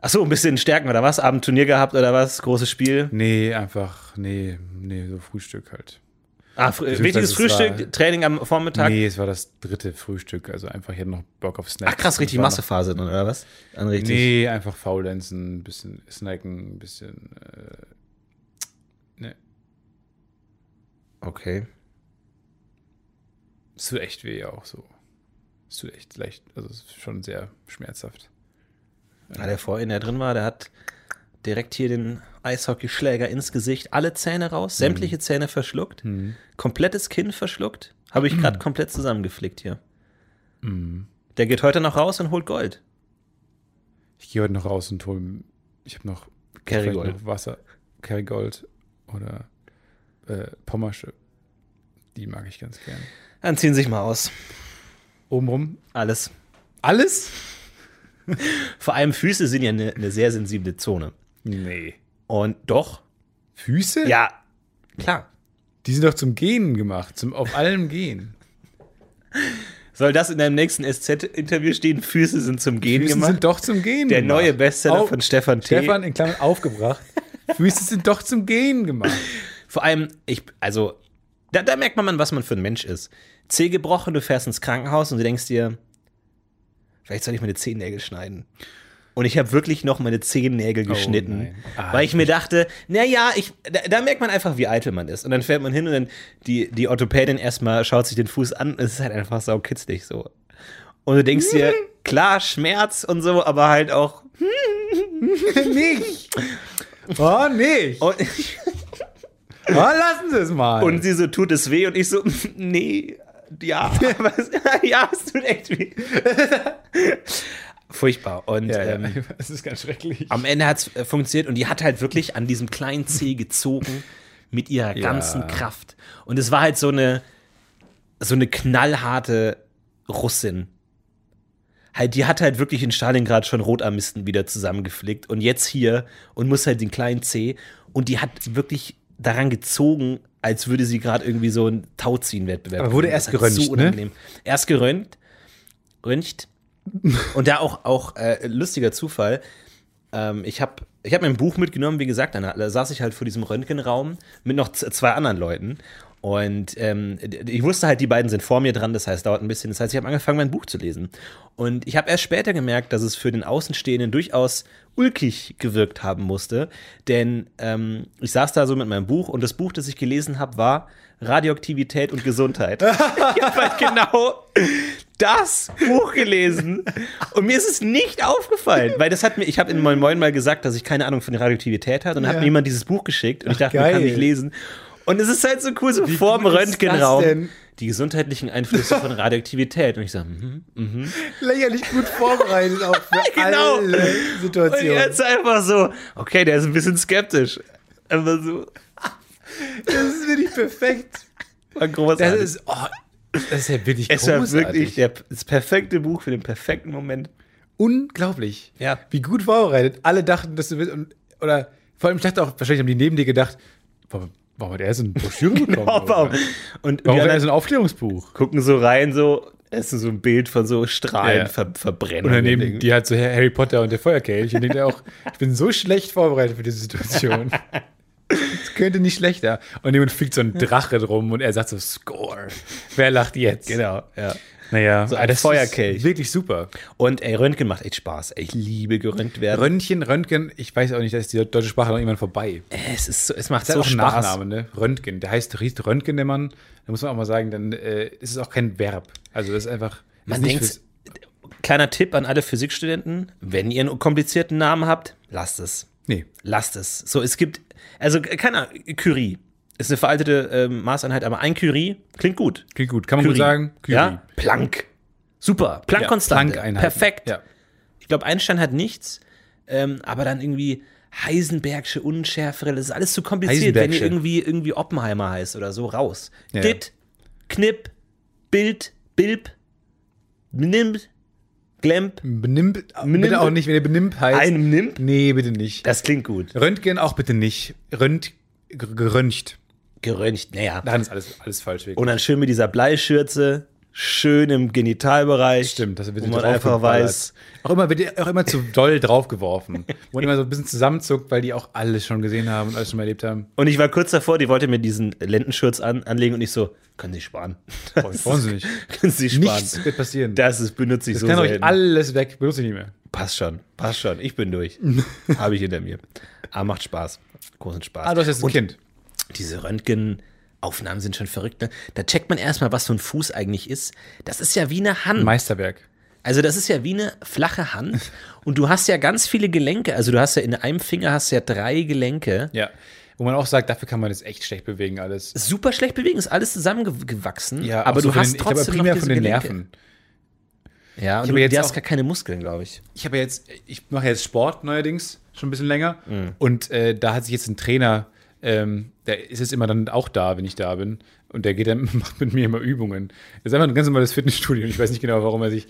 Speaker 3: Ach so, ein bisschen stärken oder was? Abend Turnier gehabt oder was? Großes Spiel.
Speaker 2: Nee, einfach, nee, nee, so Frühstück halt.
Speaker 3: Ah, fr
Speaker 2: Beziehungsweise
Speaker 3: wichtiges
Speaker 2: es
Speaker 3: Frühstück,
Speaker 2: war-
Speaker 3: Training am Vormittag.
Speaker 2: Nee, es war das dritte Frühstück, also einfach, ich hatte noch Bock auf Snacks.
Speaker 3: Ach krass, richtig
Speaker 2: Ich war noch-
Speaker 3: Massephase dann, oder was? Dann richtig.
Speaker 2: Nee, einfach faulenzen, ein bisschen snacken, ein bisschen, äh, nee,
Speaker 3: Okay.
Speaker 2: es tut echt weh auch so. Es tut echt leicht, also es ist schon sehr schmerzhaft.
Speaker 3: Ah, der vorhin, der drin war, der hat direkt hier den Eishockeyschläger ins Gesicht, alle Zähne
Speaker 2: Mhm.
Speaker 3: raus, sämtliche Zähne verschluckt, komplettes Kinn verschluckt. Habe ich
Speaker 2: Mhm.
Speaker 3: gerade komplett zusammengeflickt hier. Der geht heute noch raus und holt Gold.
Speaker 2: Ich gehe heute noch raus und hole, ich habe noch,
Speaker 3: Kerrygold.
Speaker 2: vielleicht noch Wasser, Kerrygold oder äh, Pommersche. Die mag ich ganz gern.
Speaker 3: Dann ziehen Sie sich mal aus.
Speaker 2: Obenrum,
Speaker 3: Alles.
Speaker 2: alles?
Speaker 3: Vor allem Füße sind ja eine eine sehr sensible Zone.
Speaker 2: Nee.
Speaker 3: Und doch,
Speaker 2: Füße?
Speaker 3: Ja, klar.
Speaker 2: Die sind doch zum Gehen gemacht, zum auf allem Gehen.
Speaker 3: Soll das in deinem nächsten SZ-Interview stehen? Füße sind zum Gehen
Speaker 2: Füße
Speaker 3: gemacht.
Speaker 2: sind doch zum Gehen
Speaker 3: Der
Speaker 2: gemacht. Oh,
Speaker 3: neue Bestseller von Stefan T.
Speaker 2: Stefan in Klammern aufgebracht. Füße sind doch zum Gehen gemacht.
Speaker 3: Vor allem, ich, also, da, da merkt man, mal, was man für ein Mensch ist. Zeh gebrochen, du fährst ins Krankenhaus und du denkst dir, vielleicht soll ich meine Zehennägel schneiden. Und ich habe wirklich noch meine Zehennägel geschnitten,
Speaker 2: Oh nein. Ah,
Speaker 3: weil ich mir dachte, naja, ich, da, da merkt man einfach, wie eitel man ist. Und dann fährt man hin und dann die, die Orthopädin erstmal schaut sich den Fuß an. Es ist halt einfach saukitzlig so. Und du denkst dir, klar, Schmerz und so, aber halt auch,
Speaker 2: nicht. Oh, nicht. Oh,
Speaker 3: und,
Speaker 2: lassen Sie es mal.
Speaker 3: Und sie so, tut es weh? Und ich so, nee, ja. Was, ja, es tut echt weh. Furchtbar. Und
Speaker 2: ja, ja.
Speaker 3: ähm,
Speaker 2: Es ist ganz schrecklich.
Speaker 3: am Ende hat es funktioniert und die hat halt wirklich an diesem kleinen Zeh gezogen mit ihrer ganzen Kraft. Und es war halt so eine, so eine knallharte Russin. Halt, die hat halt wirklich in Stalingrad schon Rotarmisten wieder zusammengeflickt und jetzt hier und muss halt den kleinen Zeh und die hat wirklich daran gezogen, als würde sie gerade irgendwie so einen Tauziehen-Wettbewerb.
Speaker 2: Aber wurde
Speaker 3: gewinnen.
Speaker 2: erst
Speaker 3: Das hat
Speaker 2: geröntgt, ne?
Speaker 3: unangenehm. Erst geröntgt, röntgt. Und da auch, auch äh, lustiger Zufall. Ähm, ich habe ich hab mir ein Buch mitgenommen, wie gesagt, dann da saß ich halt vor diesem Röntgenraum mit noch z- zwei anderen Leuten. Und ähm, d- ich wusste halt, die beiden sind vor mir dran, das heißt, dauert ein bisschen. Das heißt, ich habe angefangen, mein Buch zu lesen. Und ich habe erst später gemerkt, dass es für den Außenstehenden durchaus ulkig gewirkt haben musste. Denn ähm, ich saß da so mit meinem Buch und das Buch, das ich gelesen habe, war Radioaktivität und Gesundheit. ich habe halt genau das Buch gelesen und mir ist es nicht aufgefallen, weil das hat mir, ich habe in Moin Moin mal gesagt, dass ich keine Ahnung von Radioaktivität hatte und dann hat
Speaker 2: Ja.
Speaker 3: mir jemand dieses Buch geschickt und ich dachte, man
Speaker 2: geil.
Speaker 3: kann nicht lesen. Und es ist halt so cool, so vorm
Speaker 2: gut ist das
Speaker 3: Röntgenraum,
Speaker 2: denn?
Speaker 3: die gesundheitlichen Einflüsse von Radioaktivität. Und ich sage, mhm.
Speaker 2: Lächerlich gut vorbereitet auch für
Speaker 3: Genau.
Speaker 2: alle
Speaker 3: Und
Speaker 2: Situationen.
Speaker 3: jetzt einfach so, okay, der ist ein bisschen skeptisch. Aber so,
Speaker 2: Das ist wirklich perfekt.
Speaker 3: war großartig.
Speaker 2: Das ist, oh, das ist ja wirklich
Speaker 3: es war
Speaker 2: großartig.
Speaker 3: wirklich der, das perfekte Buch für den perfekten Moment.
Speaker 2: Unglaublich.
Speaker 3: Ja.
Speaker 2: Wie gut vorbereitet. Alle dachten, dass du willst. Und, oder vor allem, ich dachte auch, wahrscheinlich haben die neben dir gedacht, warum, warum hat er so eine Broschüre bekommen?
Speaker 3: Aufbau.
Speaker 2: oder?
Speaker 3: Und, und
Speaker 2: Warum hat er
Speaker 3: die anderen
Speaker 2: so ein Aufklärungsbuch?
Speaker 3: gucken so rein, so, es ist so ein Bild von so Strahlen
Speaker 2: Ja, ja.
Speaker 3: Ver verbrennen.
Speaker 2: Und daneben,
Speaker 3: Ding.
Speaker 2: die hat so Harry Potter und der Feuerkelch. Und denkt er auch, ich bin so schlecht vorbereitet für diese Situation. Es könnte nicht schlechter. Und jemand fliegt so ein Drache drum und er sagt so, Score. Wer lacht jetzt?
Speaker 3: Genau, ja.
Speaker 2: Naja, so
Speaker 3: ein Feuerkelch.
Speaker 2: Wirklich super.
Speaker 3: Und ey, Röntgen macht echt Spaß. Ey, Ich liebe geröntgt werden.
Speaker 2: Röntgen, Röntgen, ich weiß auch nicht, da ist die deutsche Sprache noch irgendwann vorbei.
Speaker 3: es, ist so, es macht
Speaker 2: Das
Speaker 3: so
Speaker 2: ist auch ein
Speaker 3: Spaß.
Speaker 2: Nachname, ne? Röntgen. Der heißt Ried Röntgen, der Mann. Da muss man auch mal sagen, dann äh, ist es auch kein Verb. Also das ist einfach.
Speaker 3: Man
Speaker 2: ist nicht
Speaker 3: denkt,
Speaker 2: fürs-
Speaker 3: kleiner Tipp an alle Physikstudenten, wenn ihr einen komplizierten Namen habt, lasst es.
Speaker 2: Nee.
Speaker 3: Lasst es. So, es gibt, also, keine Ahnung, Curie. Ist eine veraltete ähm, Maßeinheit, aber ein Curie klingt gut.
Speaker 2: Klingt gut. Kann man gut sagen. Curie.
Speaker 3: Ja? Planck. Super.
Speaker 2: Ja,
Speaker 3: Planck-Konstante.
Speaker 2: Planck-Einheiten.
Speaker 3: Perfekt.
Speaker 2: Ja.
Speaker 3: Ich glaube, Einstein hat nichts, ähm, aber dann irgendwie Heisenbergsche Unschärfe, das ist alles zu kompliziert, wenn ihr
Speaker 2: Heisenbergsche.
Speaker 3: irgendwie, irgendwie Oppenheimer heißt oder so, raus.
Speaker 2: Ja.
Speaker 3: Dit, Knipp, Bild, Bilb, Nimmt, Glemp,
Speaker 2: Benimp,
Speaker 3: Benimp-
Speaker 2: bitte auch nicht, wenn ihr Benimp heißt.
Speaker 3: einem Nimp.
Speaker 2: Nee, bitte nicht.
Speaker 3: Das klingt gut.
Speaker 2: Röntgen auch bitte nicht. Rönt, ger- geröntgt.
Speaker 3: Geröntgt, naja.
Speaker 2: Daran ist alles, alles falsch. wirklich.
Speaker 3: Und dann schön mit dieser Bleischürze, schön im Genitalbereich.
Speaker 2: Stimmt, das wird
Speaker 3: wo man einfach weiß.
Speaker 2: Auch immer wird die- auch immer zu doll draufgeworfen. Und immer so ein bisschen zusammenzuckt, weil die auch alles schon gesehen haben und alles schon mal erlebt haben.
Speaker 3: Und ich war kurz davor, die wollte mir diesen Lendenschurz an, anlegen und ich so, können Sie sparen. Das-
Speaker 2: Wollen Sie nicht.
Speaker 3: Können Sie sparen.
Speaker 2: Nichts wird passieren.
Speaker 3: Das ist, benutze ich
Speaker 2: das
Speaker 3: so
Speaker 2: kann euch
Speaker 3: selten.
Speaker 2: alles weg. Benutze ich nicht mehr.
Speaker 3: passt schon, passt schon. Ich bin durch. Habe ich hinter mir. Aber macht Spaß. Großen Spaß.
Speaker 2: Ah, du hast jetzt ein
Speaker 3: Und
Speaker 2: Kind.
Speaker 3: diese Röntgenaufnahmen sind schon verrückt. Ne? Da checkt man erstmal, was so ein Fuß eigentlich ist. Das ist ja wie eine Hand.
Speaker 2: Meisterwerk.
Speaker 3: Also das ist ja wie eine flache Hand und du hast ja ganz viele Gelenke. Also du hast ja in einem Finger hast ja drei Gelenke.
Speaker 2: Ja. Wo man auch sagt, dafür kann man das echt schlecht bewegen, alles.
Speaker 3: Super schlecht bewegen, ist alles zusammengewachsen.
Speaker 2: Ja,
Speaker 3: aber
Speaker 2: auch so
Speaker 3: du
Speaker 2: von
Speaker 3: hast
Speaker 2: den,
Speaker 3: trotzdem
Speaker 2: ich glaube, primär
Speaker 3: noch diese
Speaker 2: von den
Speaker 3: Gelenke.
Speaker 2: Nerven.
Speaker 3: Ja, und
Speaker 2: habe
Speaker 3: du,
Speaker 2: jetzt
Speaker 3: du hast
Speaker 2: auch-
Speaker 3: gar keine Muskeln, glaube ich.
Speaker 2: Ich habe jetzt, ich mache jetzt Sport neuerdings schon ein bisschen länger und äh, da hat sich jetzt ein Trainer, ähm, der ist jetzt immer dann auch da, wenn ich da bin und der geht dann macht mit mir immer Übungen. Das ist einfach ein ganz normales Fitnessstudio. und Ich weiß nicht genau, warum er sich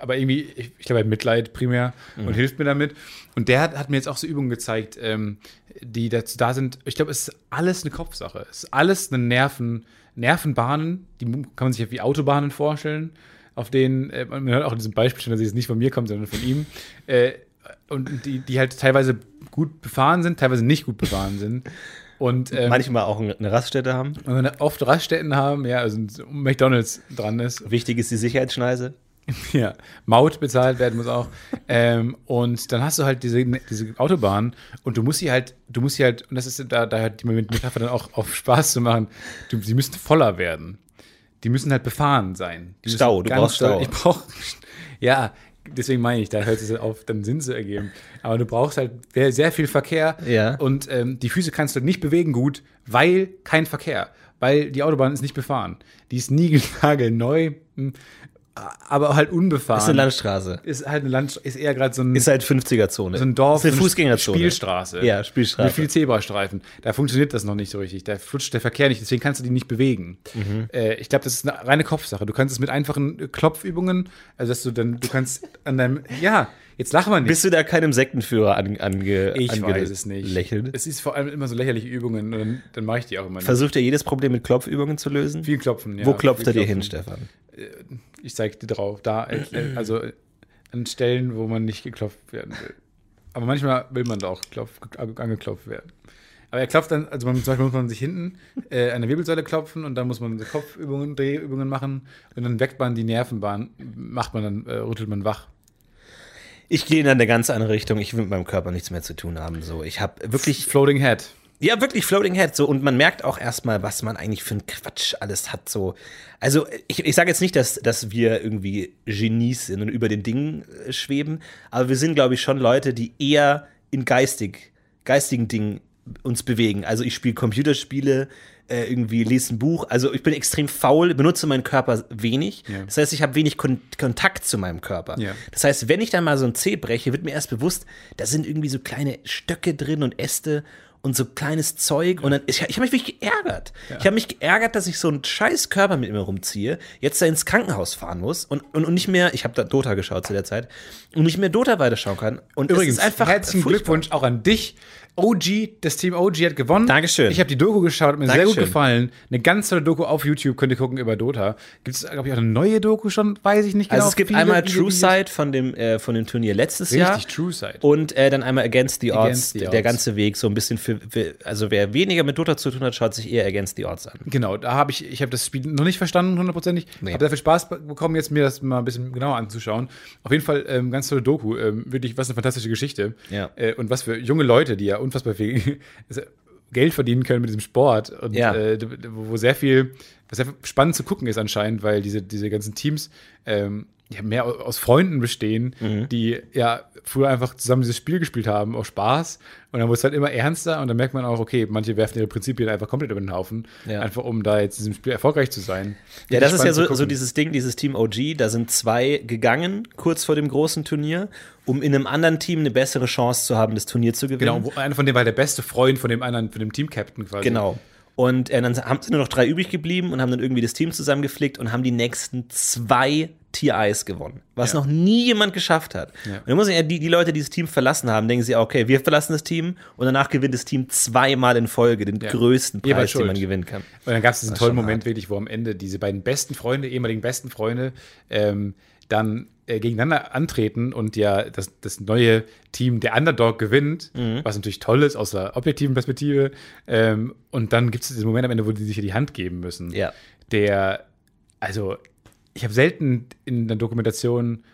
Speaker 2: aber irgendwie, ich, ich glaube, er hat Mitleid primär und hilft mir damit. Und der hat, hat mir jetzt auch so Übungen gezeigt, ähm, die dazu da sind. Ich glaube, es ist alles eine Kopfsache. Es ist alles eine Nerven, Nervenbahnen, die kann man sich ja wie Autobahnen vorstellen, auf denen, äh, man hört auch in diesem Beispiel schon, dass es nicht von mir kommt, sondern von ihm. Äh, und die, die halt teilweise gut befahren sind, teilweise nicht gut befahren sind. Und ähm,
Speaker 3: Manchmal auch eine Raststätte haben.
Speaker 2: wenn wir oft Raststätten haben, ja, also McDonalds dran ist,
Speaker 3: Wichtig ist die Sicherheitsschneise.
Speaker 2: ja, Maut bezahlt werden muss auch. ähm, und dann hast du halt diese, diese Autobahn und du musst sie halt, du musst sie halt, und das ist da, da hört die Metapher dann auch auf Spaß zu machen, du, sie müssen voller werden. Die müssen halt befahren sein. Die müssen
Speaker 3: Stau, du
Speaker 2: ganz
Speaker 3: brauchst
Speaker 2: doll-
Speaker 3: Stau.
Speaker 2: Ich brauch, ja, deswegen meine ich, da hört es auf, dann Sinn zu ergeben. Aber du brauchst halt sehr, sehr viel Verkehr
Speaker 3: Ja.
Speaker 2: und ähm, die Füße kannst du nicht bewegen gut, weil kein Verkehr, weil die Autobahn ist nicht befahren. Die ist nie neu, aber halt unbefahren.
Speaker 3: Das ist eine Landstraße.
Speaker 2: Ist halt eine Land ist eher gerade so ein,
Speaker 3: Ist halt 50er-Zone.
Speaker 2: so ein Dorf,
Speaker 3: Ist eine
Speaker 2: so
Speaker 3: Fußgängerzone.
Speaker 2: Spielstraße.
Speaker 3: Ja, Spielstraße.
Speaker 2: Mit viel Zebrastreifen. Da funktioniert das noch nicht so richtig. Da flutscht der Verkehr nicht, deswegen kannst du die nicht bewegen.
Speaker 3: Mhm.
Speaker 2: Äh, ich glaube, das ist eine reine Kopfsache. Du kannst es mit einfachen äh, Klopfübungen, also dass du dann, du kannst an deinem, ja, jetzt lachen wir nicht.
Speaker 3: Bist du da keinem Sektenführer an, ange,
Speaker 2: ich
Speaker 3: ange-
Speaker 2: weiß es nicht.
Speaker 3: Lächelt?
Speaker 2: Es ist vor allem immer so lächerliche Übungen und dann, dann mache ich die auch immer nicht.
Speaker 3: Versucht er jedes Problem mit Klopfübungen zu lösen?
Speaker 2: viel klopfen, ja.
Speaker 3: Wo klopft
Speaker 2: Viel
Speaker 3: er dir hin,
Speaker 2: klopfen.
Speaker 3: Stefan?
Speaker 2: Ich zeig dir drauf. Da, äh, äh, also äh, an Stellen, wo man nicht geklopft werden will. Aber manchmal will man da auch klopf, angeklopft werden. Aber er klopft dann, also man, zum Beispiel muss man sich hinten äh, an der Wirbelsäule klopfen und dann muss man so Kopfübungen, Drehübungen machen und dann weckt man die Nervenbahn, macht man dann, äh, rüttelt man wach.
Speaker 3: Ich gehe in eine ganz andere Richtung. Ich will mit meinem Körper nichts mehr zu tun haben. So, ich habe wirklich
Speaker 2: Floating Head.
Speaker 3: Ja, wirklich Floating Head. So, und man merkt auch erstmal, was man eigentlich für einen Quatsch alles hat. So. Also, ich, ich sage jetzt nicht, dass, dass wir irgendwie Genies sind und über den Dingen äh, schweben, aber wir sind, glaube ich, schon Leute, die eher in geistig, geistigen Dingen uns bewegen. Also, ich spiele Computerspiele, äh, irgendwie lese ein Buch. Also, ich bin extrem faul, benutze meinen Körper wenig.
Speaker 2: Ja.
Speaker 3: Das heißt, ich habe wenig Kon Kontakt zu meinem Körper.
Speaker 2: Ja.
Speaker 3: Das heißt, wenn ich dann mal so ein Zeh breche, wird mir erst bewusst, da sind irgendwie so kleine Stöcke drin und Äste und so kleines Zeug. Und dann, ich, ich habe mich wirklich geärgert. Ich habe mich geärgert, dass ich so einen scheiß Körper mit mir rumziehe, jetzt da ins Krankenhaus fahren muss und, und, und nicht mehr, ich habe da Dota geschaut zu der Zeit, und nicht mehr Dota weiterschauen kann. Und
Speaker 2: Übrigens,
Speaker 3: es ist einfach
Speaker 2: herzlichen
Speaker 3: furchtbar.
Speaker 2: Glückwunsch auch an dich. OG, das Team OG hat gewonnen.
Speaker 3: Dankeschön.
Speaker 2: Ich habe die Doku geschaut, hat mir sehr gut
Speaker 3: Dankeschön.
Speaker 2: gefallen. Eine ganz tolle Doku auf YouTube könnt ihr gucken über Dota. Gibt es, glaube ich, auch eine neue Doku schon? Weiß ich nicht genau.
Speaker 3: Also es gibt
Speaker 2: Viele,
Speaker 3: einmal
Speaker 2: die-
Speaker 3: True
Speaker 2: die-
Speaker 3: Side von dem, äh, von dem Turnier letztes
Speaker 2: Richtig,
Speaker 3: Jahr.
Speaker 2: True Side.
Speaker 3: Und äh, dann einmal Against the Odds,
Speaker 2: Against the
Speaker 3: der
Speaker 2: Odds.
Speaker 3: ganze Weg, so ein bisschen für, für, also wer weniger mit Dota zu tun hat, schaut sich eher Against the Odds an.
Speaker 2: Genau, da habe ich, ich habe das Spiel noch nicht verstanden, hundertprozentig.
Speaker 3: Nee.
Speaker 2: Habe sehr viel Spaß be- bekommen, jetzt mir das mal ein bisschen genauer anzuschauen. Auf jeden Fall ähm, ganz tolle Doku. Ähm, wirklich, was eine fantastische Geschichte.
Speaker 3: Ja.
Speaker 2: Äh, und was für junge Leute, die ja unfassbar viel Geld verdienen können mit diesem Sport. Und
Speaker 3: Ja.
Speaker 2: äh, d- d- wo sehr viel, was sehr spannend zu gucken ist anscheinend, weil diese, diese ganzen Teams ähm, ja, mehr au- aus Freunden bestehen,
Speaker 3: Mhm.
Speaker 2: die ja früher einfach zusammen dieses Spiel gespielt haben, auch Spaß. Und dann wurde es halt immer ernster und dann merkt man auch, okay, manche werfen ihre Prinzipien einfach komplett über den Haufen,
Speaker 3: Ja.
Speaker 2: einfach um da jetzt in diesem Spiel erfolgreich zu sein.
Speaker 3: Ja, das ist ja
Speaker 2: Spannend zu
Speaker 3: so, so
Speaker 2: gucken.
Speaker 3: dieses Ding, dieses Team OG, da sind zwei gegangen, kurz vor dem großen Turnier, um in einem anderen Team eine bessere Chance zu haben, das Turnier zu gewinnen.
Speaker 2: Genau, wo einer von denen war der beste Freund von dem anderen, von dem Team-Captain quasi.
Speaker 3: Genau. Und äh, dann haben sie nur noch drei übrig geblieben und haben dann irgendwie das Team zusammengeflickt und haben die nächsten zwei TIs gewonnen, was
Speaker 2: Ja.
Speaker 3: noch nie jemand geschafft hat.
Speaker 2: Ja.
Speaker 3: Und dann muss ich, ja, die, die Leute, die das Team verlassen haben, denken sie, okay, wir verlassen das Team und danach gewinnt das Team zweimal in Folge den größten
Speaker 2: Jeweils
Speaker 3: Preis, den
Speaker 2: schuld.
Speaker 3: man gewinnen kann.
Speaker 2: Und dann gab es diesen
Speaker 3: schon
Speaker 2: tollen Moment wirklich, wo am Ende diese beiden besten Freunde, ehemaligen besten Freunde, ähm, dann äh, gegeneinander antreten und ja das, das neue Team, der Underdog, gewinnt,
Speaker 3: Mhm.
Speaker 2: was natürlich toll ist aus der objektiven Perspektive. Ähm, und dann gibt es diesen Moment am Ende, wo die sich ja die Hand geben müssen.
Speaker 3: Ja.
Speaker 2: Der, also, ich habe selten in der Dokumentation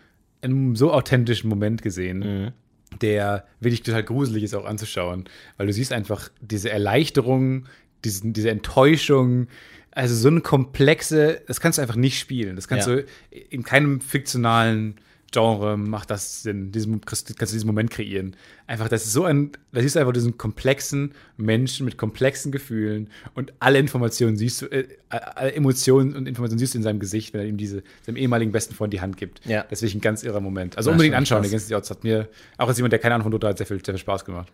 Speaker 2: einen so authentischen Moment gesehen
Speaker 3: Mhm.
Speaker 2: der wirklich total gruselig ist, auch anzuschauen. Weil du siehst einfach diese Erleichterung, diesen, diese Enttäuschung, also so eine komplexe, das kannst du einfach nicht spielen. Das kannst
Speaker 3: Ja.
Speaker 2: du in keinem fiktionalen Genre macht das Sinn. Diesen, kannst du diesen Moment kreieren. Einfach, das ist so ein, da siehst du einfach diesen komplexen Menschen mit komplexen Gefühlen und alle Informationen siehst du, äh, alle Emotionen und Informationen siehst du in seinem Gesicht, wenn er ihm diese, seinem ehemaligen besten Freund die Hand gibt.
Speaker 3: Ja.
Speaker 2: Deswegen ein ganz irrer Moment. Also
Speaker 3: Ja,
Speaker 2: unbedingt
Speaker 3: schon
Speaker 2: anschauen,
Speaker 3: krass.
Speaker 2: Against the Odds hat mir, auch als jemand, der keine Ahnung von Dota hat, sehr viel, sehr viel Spaß gemacht.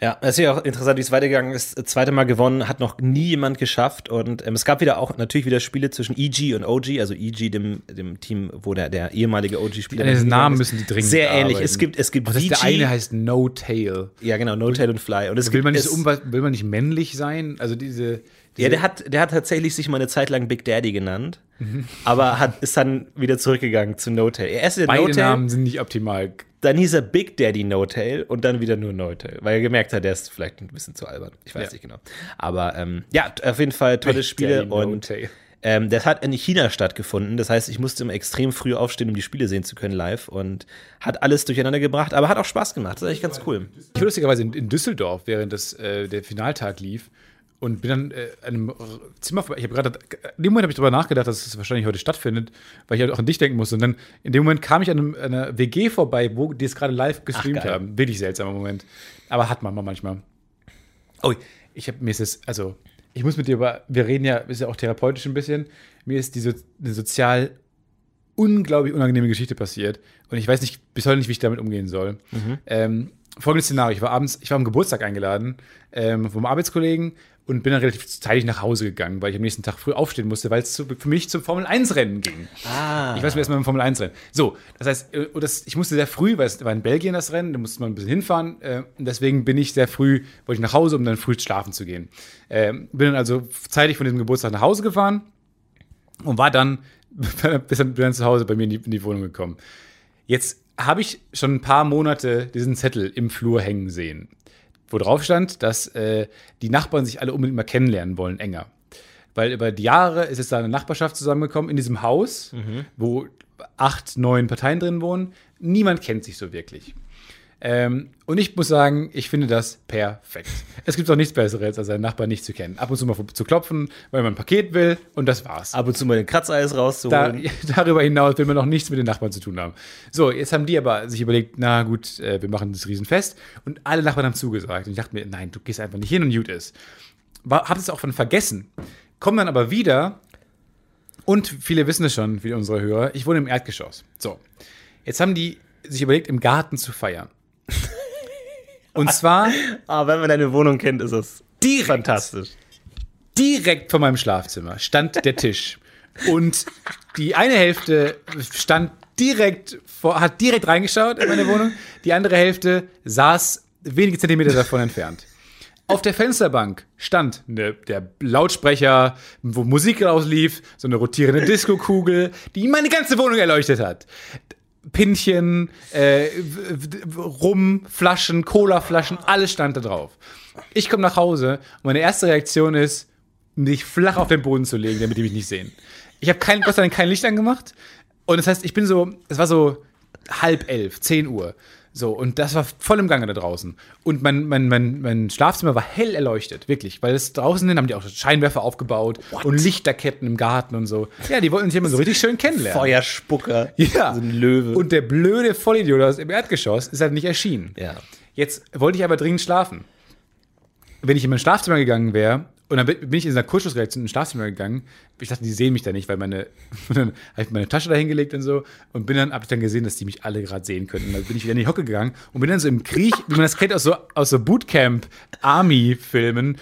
Speaker 3: Ja, es ist ja auch interessant, wie es weitergegangen ist. Das Zweite Mal gewonnen, hat noch nie jemand geschafft. Und ähm, es gab wieder auch natürlich wieder Spiele zwischen EG und OG, also EG dem, dem Team, wo der, der ehemalige OG-Spieler.
Speaker 2: An diesen Namen müssen die dringend
Speaker 3: Sehr ähnlich.
Speaker 2: arbeiten.
Speaker 3: Es gibt, es gibt
Speaker 2: Oh, das ist der
Speaker 3: VG.
Speaker 2: eine heißt No Tail.
Speaker 3: Ja, genau, No Tail und Fly. Und es
Speaker 2: Will
Speaker 3: gibt
Speaker 2: man, nicht
Speaker 3: es,
Speaker 2: so unwa- will man nicht männlich sein? Also diese. diese
Speaker 3: Ja, der hat, der hat tatsächlich sich mal eine Zeit lang Big Daddy genannt,
Speaker 2: Mhm.
Speaker 3: aber hat, ist dann wieder zurückgegangen zu No Tail. Erst der
Speaker 2: beide
Speaker 3: No Tail,
Speaker 2: Namen sind nicht optimal.
Speaker 3: dann hieß er Big Daddy No Tail und dann wieder nur No Tail, weil er gemerkt hat, der ist vielleicht ein bisschen zu albern. Ich weiß
Speaker 2: Ja.
Speaker 3: nicht genau. Aber ähm, ja, t- auf jeden Fall tolle
Speaker 2: Big
Speaker 3: Spiele
Speaker 2: Daddy, No
Speaker 3: und
Speaker 2: Tail.
Speaker 3: ähm, das hat in China stattgefunden. Das heißt, ich musste immer extrem früh aufstehen, um die Spiele sehen zu können live und hat alles durcheinander gebracht, aber hat auch Spaß gemacht. Das ist eigentlich ganz cool.
Speaker 2: Ich war lustigerweise in, in Düsseldorf, während das, äh, der Finaltag lief. Und bin dann äh, an einem Zimmer vorbei. Ich habe gerade, in dem Moment habe ich darüber nachgedacht, dass es wahrscheinlich heute stattfindet, weil ich halt auch an dich denken musste. Und dann, in dem Moment kam ich an, einem, an einer WG vorbei, wo die es gerade live gestreamt
Speaker 3: geil.
Speaker 2: haben. Wirklich seltsamer Moment. Aber hat man mal manchmal. Oh, ich habe mir ist es, also, ich muss mit dir über, wir reden ja, ist ja auch therapeutisch ein bisschen. Mir ist diese eine sozial unglaublich unangenehme Geschichte passiert und ich weiß nicht bis heute nicht, wie ich damit umgehen soll. Ähm, folgendes Szenario: Ich war abends, ich war am Geburtstag eingeladen ähm, vom Arbeitskollegen und bin dann relativ zeitig nach Hause gegangen, weil ich am nächsten Tag früh aufstehen musste, weil es zu- für mich zum Formel 1 Rennen ging.
Speaker 3: Ah.
Speaker 2: Ich weiß mir erstmal im Formel 1 Rennen. So, das heißt, äh, und das, ich musste sehr früh, weil es war in Belgien das Rennen, da musste man ein bisschen hinfahren. Äh, und deswegen bin ich sehr früh, wollte ich nach Hause, um dann früh schlafen zu gehen. Ähm, bin dann also zeitig von diesem Geburtstag nach Hause gefahren und war dann, bis dann, bin dann zu Hause bei mir in die, in die Wohnung gekommen. Jetzt habe ich schon ein paar Monate diesen Zettel im Flur hängen sehen, wo drauf stand, dass äh, die Nachbarn sich alle unbedingt mal kennenlernen wollen, enger. Weil über die Jahre ist jetzt da eine Nachbarschaft zusammengekommen in diesem Haus, wo acht, neun Parteien drin wohnen. Niemand kennt sich so wirklich. Ähm, und ich muss sagen, ich finde das perfekt. Es gibt auch nichts Besseres, als seinen Nachbarn nicht zu kennen. Ab und zu mal zu klopfen, weil man ein Paket will und das war's.
Speaker 3: Ab und zu mal den Kratzeis
Speaker 2: Da,
Speaker 3: rauszuholen.
Speaker 2: darüber hinaus will man noch nichts mit den Nachbarn zu tun haben. So, jetzt haben die aber sich überlegt, na gut, äh, wir machen das Riesenfest. Und alle Nachbarn haben zugesagt. Und ich dachte mir, nein, du gehst einfach nicht hin und gut ist. War, hab es auch von vergessen. Kommen dann aber wieder. Und viele wissen es schon, wie unsere Hörer. Ich wohne im Erdgeschoss. So. Jetzt haben die sich überlegt, im Garten zu feiern. Und zwar
Speaker 3: Ah, wenn man deine Wohnung kennt, ist das
Speaker 2: Direkt.
Speaker 3: fantastisch.
Speaker 2: direkt vor meinem Schlafzimmer stand der Tisch. Und die eine Hälfte stand direkt vor, hat direkt reingeschaut in meine Wohnung. Die andere Hälfte saß wenige Zentimeter davon entfernt. Auf der Fensterbank stand ne, der Lautsprecher, wo Musik rauslief, so eine rotierende Diskokugel, die meine ganze Wohnung erleuchtet hat. Pinchen, äh, w- w- Rum, Flaschen, Colaflaschen, alles stand da drauf. Ich komme nach Hause und meine erste Reaktion ist, mich flach auf den Boden zu legen, damit die mich nicht sehen. Ich habe kein, Gott sei Dank kein Licht angemacht. Und das heißt, ich bin so, es war so halb elf, zehn Uhr. So, und das war voll im Gange da draußen. Und mein, mein, mein, mein Schlafzimmer war hell erleuchtet, wirklich. Weil das draußen hin haben die auch Scheinwerfer aufgebaut und Lichterketten im Garten und so. Ja, die wollten sich immer so richtig schön kennenlernen.
Speaker 3: Feuerspucker.
Speaker 2: Ja.
Speaker 3: So ein Löwe.
Speaker 2: Und der blöde Vollidiot aus dem Erdgeschoss ist halt nicht erschienen.
Speaker 3: ja.
Speaker 2: Jetzt wollte ich aber dringend schlafen. Wenn ich in mein Schlafzimmer gegangen wäre, und dann bin bin ich in einer Kurzschlussreaktion ins Schlafzimmer gegangen. Ich dachte, die sehen mich da nicht, weil meine, und dann habe ich meine Tasche da hingelegt und so. Und bin dann, habe ich dann gesehen, dass die mich alle gerade sehen könnten. Dann bin ich wieder in die Hocke gegangen und bin dann so im Krieg, wie man das kennt aus so, aus so Bootcamp-Army-Filmen,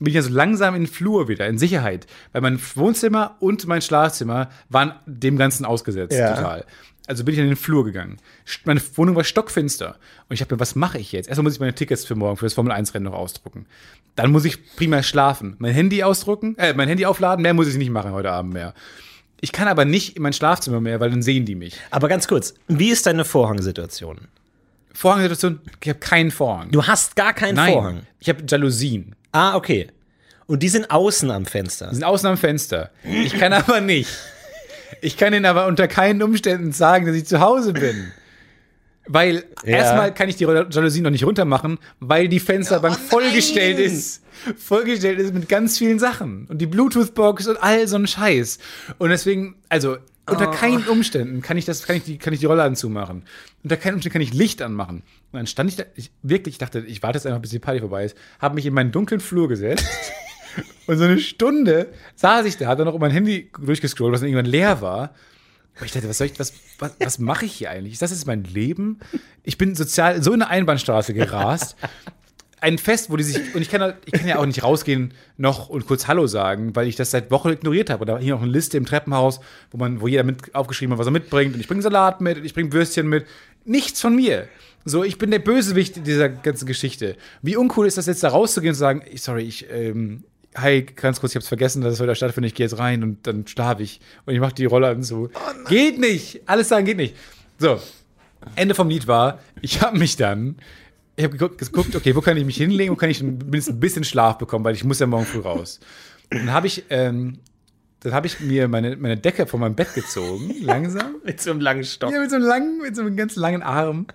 Speaker 2: bin ich dann so langsam in den Flur wieder, in Sicherheit. Weil mein Wohnzimmer und mein Schlafzimmer waren dem Ganzen ausgesetzt,
Speaker 3: Ja.
Speaker 2: total. Saal. Also bin ich in den Flur gegangen. St- Meine Wohnung war stockfinster. Und ich habe mir, was mache ich jetzt? Erstmal muss ich meine Tickets für morgen für das Formel-1-Rennen noch ausdrucken. Dann muss ich primär schlafen. Mein Handy ausdrucken, äh, mein Handy aufladen, mehr muss ich nicht machen heute Abend mehr. Ich kann aber nicht in mein Schlafzimmer mehr, weil dann sehen die mich.
Speaker 3: Aber ganz kurz, wie ist deine Vorhangsituation?
Speaker 2: Vorhangsituation, ich habe keinen Vorhang.
Speaker 3: Du hast gar keinen
Speaker 2: Nein,
Speaker 3: Vorhang.
Speaker 2: ich habe Jalousien.
Speaker 3: Ah, okay. Und die sind außen am Fenster.
Speaker 2: sind außen am Fenster. Ich kann aber nicht. Ich kann ihnen aber unter keinen Umständen sagen, dass ich zu Hause bin. Weil erstmal kann ich die Jalousien noch nicht runtermachen, weil die Fensterbank
Speaker 3: Oh nein!
Speaker 2: vollgestellt ist. Vollgestellt ist mit ganz vielen Sachen. Und die Bluetooth-Box und all so ein Scheiß. Und deswegen, also unter keinen Umständen kann ich das, kann ich die, kann ich die Rollladen zumachen. Unter keinen Umständen kann ich Licht anmachen. Und dann stand ich da, ich wirklich dachte, ich warte jetzt einfach, bis die Party vorbei ist, habe mich in meinen dunklen Flur gesetzt. Und so eine Stunde saß ich da, hab dann noch um mein Handy durchgescrollt, was dann irgendwann leer war. Aber ich dachte, was soll ich, was, was, was mache ich hier eigentlich? Ist das jetzt mein Leben? Ich bin sozial so in eine Einbahnstraße gerast. ein Fest, wo die sich, und ich kann, halt- ich kann ja auch nicht rausgehen noch und kurz Hallo sagen, weil ich das seit Wochen ignoriert habe. Und da hing auch eine Liste im Treppenhaus, wo man, wo jeder mit aufgeschrieben hat, was er mitbringt. Und ich bringe Salat mit, und ich bringe Würstchen mit. Nichts von mir. So, ich bin der Bösewicht dieser ganzen Geschichte. Wie uncool ist das jetzt, da rauszugehen und zu sagen, ich- sorry, ich, ähm, hi, ganz kurz, ich hab's vergessen, dass es heute stattfindet, ich gehe jetzt rein und dann starb ich. Und ich mach die Rolle an so. geht nicht! Alles sagen geht nicht. So, Ende vom Lied war, ich habe mich dann, ich habe geguckt, geguckt, okay, wo kann ich mich hinlegen, wo kann ich mindestens ein bisschen Schlaf bekommen, weil ich muss ja morgen früh raus. Und dann habe ich, ähm, dann habe ich mir meine, meine Decke von meinem Bett gezogen, langsam.
Speaker 3: Mit so einem langen Stock.
Speaker 2: Ja, mit so einem langen, mit so einem ganz langen Arm.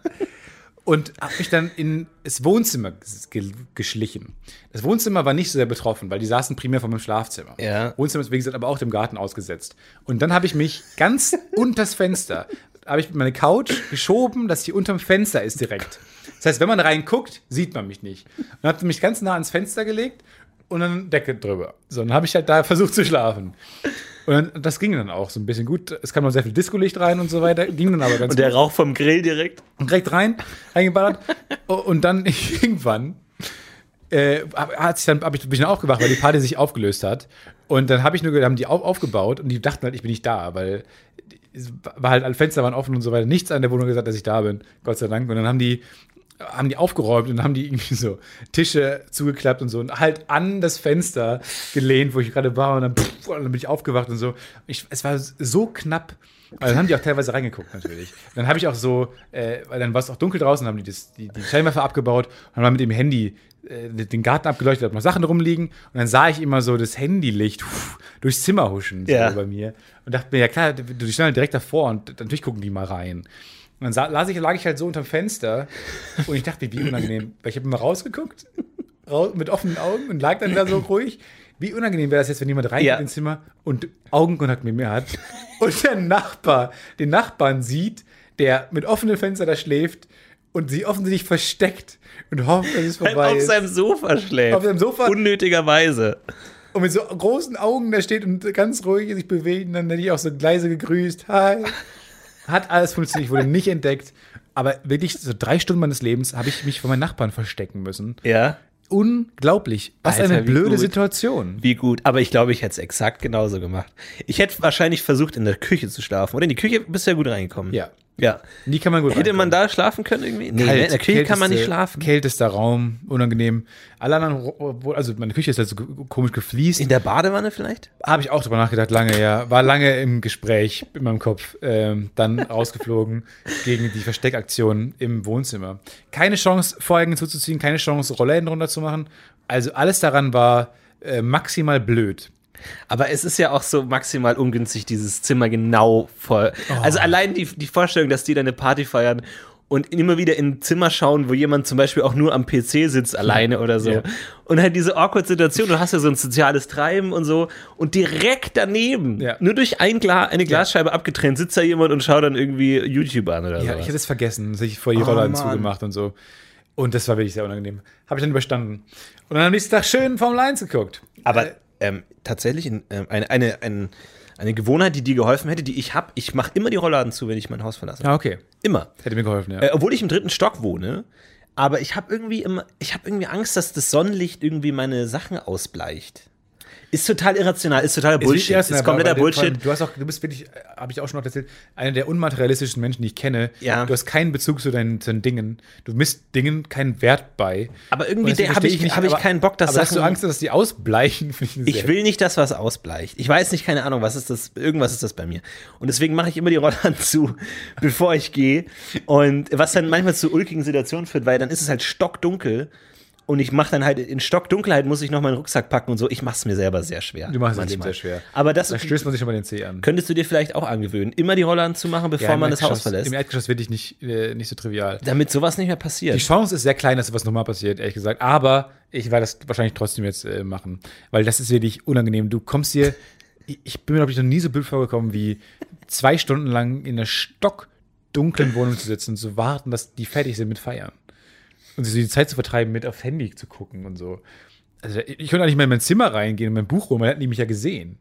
Speaker 2: Und habe mich dann in das Wohnzimmer ges- ge geschlichen. Das Wohnzimmer war nicht so sehr betroffen, weil die saßen primär vor meinem Schlafzimmer.
Speaker 3: Ja.
Speaker 2: Wohnzimmer ist, wie gesagt, aber auch dem Garten ausgesetzt. Und dann habe ich mich ganz unters Fenster, habe ich meine Couch geschoben, dass die unterm Fenster ist direkt. Das heißt, wenn man reinguckt, sieht man mich nicht. Und habe mich ganz nah ans Fenster gelegt und dann Decke drüber. So, dann habe ich halt da versucht zu schlafen. Und dann, das ging dann auch so ein bisschen gut. Es kam noch sehr viel Discolicht rein und so weiter. Ging dann aber ganz
Speaker 3: Und der Rauch vom Grill direkt.
Speaker 2: direkt rein, reingeballert. O- und dann irgendwann äh, hab- hat sich dann, hab ich, bin ich dann aufgewacht, weil die Party sich aufgelöst hat. Und dann habe ich nur, ge- haben die auf, aufgebaut und die dachten halt, ich bin nicht da, weil die- es war halt alle Fenster waren offen und so weiter. Nichts an der Wohnung gesagt, dass ich da bin, Gott sei Dank. Und dann haben die haben die aufgeräumt und haben die irgendwie so Tische zugeklappt und so und halt an das Fenster gelehnt, wo ich gerade war und dann, pff, und dann bin ich aufgewacht und so. Ich, es war so knapp. Aber dann haben die auch teilweise reingeguckt natürlich. Und dann habe ich auch so, äh, weil dann war es auch dunkel draußen, haben die das, die, die Scheinwerfer abgebaut und haben dann mit dem Handy äh, den Garten abgeleuchtet, hab noch Sachen rumliegen und dann sah ich immer so das Handylicht pff, durchs Zimmer huschen so
Speaker 3: Ja.
Speaker 2: bei mir und dachte mir, ja klar, du die stehen halt direkt davor und natürlich gucken die mal rein. Und dann sa- las ich, lag ich halt so unterm Fenster und ich dachte, wie unangenehm. Weil ich habe immer rausgeguckt, rau mit offenen Augen und lag dann da so ruhig. Wie unangenehm wäre das jetzt, wenn jemand reingeht
Speaker 3: Ja.
Speaker 2: ins Zimmer und Augenkontakt mit mir hat und der Nachbar den Nachbarn sieht, der mit offenem Fenster da schläft und sie offensichtlich versteckt und hofft, dass es vorbei
Speaker 3: Halt Auf
Speaker 2: ist.
Speaker 3: seinem Sofa schläft.
Speaker 2: Auf seinem Sofa.
Speaker 3: Unnötigerweise.
Speaker 2: Und mit so großen Augen da steht und ganz ruhig sich bewegt. Und dann hätte ich auch so leise gegrüßt. Hi. Hat alles funktioniert. Ich wurde nicht entdeckt. Aber wirklich so drei Stunden meines Lebens habe ich mich vor meinen Nachbarn verstecken müssen.
Speaker 3: Ja.
Speaker 2: Unglaublich. Was
Speaker 3: Alter,
Speaker 2: eine
Speaker 3: wie
Speaker 2: blöde
Speaker 3: gut.
Speaker 2: Situation.
Speaker 3: Wie gut. Aber ich glaube, ich hätte es exakt genauso gemacht. Ich hätte wahrscheinlich versucht, in der Küche zu schlafen. Oder in die Küche bist du ja gut reingekommen.
Speaker 2: Ja.
Speaker 3: Ja.
Speaker 2: Die kann man gut
Speaker 3: Hätte
Speaker 2: reinkommen.
Speaker 3: man da schlafen können irgendwie? Nee,
Speaker 2: Kalt,
Speaker 3: in der Küche kann man nicht
Speaker 2: kälteste-
Speaker 3: schlafen.
Speaker 2: Kältester Raum, unangenehm. Alle anderen, Ro- wo- also meine Küche ist halt so g- komisch gefliest.
Speaker 3: In der Badewanne vielleicht?
Speaker 2: Habe ich auch drüber nachgedacht, lange, ja. War lange im Gespräch in meinem Kopf. Ähm, dann rausgeflogen gegen die Versteckaktion im Wohnzimmer. Keine Chance, Vorhänge hinzuzuziehen, keine Chance, Rollläden runterzumachen. Also alles daran war äh, maximal blöd.
Speaker 3: Aber es ist ja auch so maximal ungünstig, dieses Zimmer genau voll.
Speaker 2: Oh.
Speaker 3: Also allein die, die Vorstellung, dass die da eine Party feiern und immer wieder in ein Zimmer schauen, wo jemand zum Beispiel auch nur am PC sitzt, alleine oder so.
Speaker 2: Ja.
Speaker 3: Und halt diese awkward Situation, du hast ja so ein soziales Treiben und so. Und direkt daneben,
Speaker 2: Ja.
Speaker 3: nur durch ein Gla eine Glasscheibe abgetrennt, sitzt da jemand und schaut dann irgendwie YouTube an oder
Speaker 2: Ja,
Speaker 3: so.
Speaker 2: ich hätte es vergessen, sich vor die Rollläden
Speaker 3: Mann.
Speaker 2: zugemacht und so. Und das war wirklich sehr unangenehm. Habe ich dann überstanden. Und dann am nächsten Tag schön Formel 1 geguckt.
Speaker 3: Aber ähm, tatsächlich in, ähm, eine, eine, ein- eine Gewohnheit, die dir geholfen hätte, die ich habe, ich mache immer die Rollladen zu, wenn ich mein Haus verlasse.
Speaker 2: Ja, okay.
Speaker 3: Immer.
Speaker 2: Hätte mir geholfen, ja.
Speaker 3: äh, obwohl ich im dritten Stock wohne. Aber ich habe irgendwie immer, ich habe irgendwie Angst, dass das Sonnenlicht irgendwie meine Sachen ausbleicht. Ist total irrational, ist totaler Bullshit,
Speaker 2: Erst,
Speaker 3: ist kompletter Bullshit.
Speaker 2: Du hast auch, du bist wirklich, habe ich auch schon noch erzählt, einer der unmaterialistischen Menschen, die ich kenne.
Speaker 3: Ja.
Speaker 2: Du hast keinen Bezug zu deinen, zu deinen Dingen. Du misst Dingen keinen Wert bei.
Speaker 3: Aber
Speaker 2: Und
Speaker 3: irgendwie
Speaker 2: deswegen
Speaker 3: der- habe
Speaker 2: verstehe
Speaker 3: ich, hab ich
Speaker 2: aber-
Speaker 3: keinen Bock, dass
Speaker 2: aber Hast
Speaker 3: Sachen.
Speaker 2: du Angst, dass die ausbleichen? Finde eine
Speaker 3: ich
Speaker 2: sehr-
Speaker 3: will nicht, dass was ausbleicht. Ich weiß nicht, keine Ahnung, was ist das? Irgendwas ist das bei mir. Und deswegen mache ich immer die Rollladen zu, bevor ich gehe. Und was dann manchmal zu ulkigen Situationen führt, weil dann ist es halt stockdunkel. Und ich mache dann halt in Stockdunkelheit muss ich noch meinen Rucksack packen und so. Ich mache es mir selber sehr schwer.
Speaker 2: Du machst es
Speaker 3: manchmal.
Speaker 2: sehr schwer.
Speaker 3: Aber das
Speaker 2: Da stößt man sich schon mal den Zeh an.
Speaker 3: Könntest du dir vielleicht auch angewöhnen, immer die Rollern zu machen, bevor
Speaker 2: im
Speaker 3: man das Haus
Speaker 2: Erdgeschoss-
Speaker 3: verlässt.
Speaker 2: Im Erdgeschoss wirklich nicht, äh, nicht so trivial.
Speaker 3: Damit sowas nicht mehr passiert.
Speaker 2: Die Chance ist sehr klein, dass sowas nochmal passiert, ehrlich gesagt. Aber ich werde das wahrscheinlich trotzdem jetzt äh, machen. Weil das ist wirklich unangenehm. Du kommst hier, ich- ich bin mir, glaube ich, noch nie so blöd vorgekommen, wie zwei Stunden lang in einer stockdunklen Wohnung zu sitzen und zu warten, dass die fertig sind mit Feiern. Und sich so die Zeit zu vertreiben, mit aufs Handy zu gucken und so. Also ich ich konnte auch nicht mehr in mein Zimmer reingehen, in mein Buch rum, weil hätten die mich ja gesehen.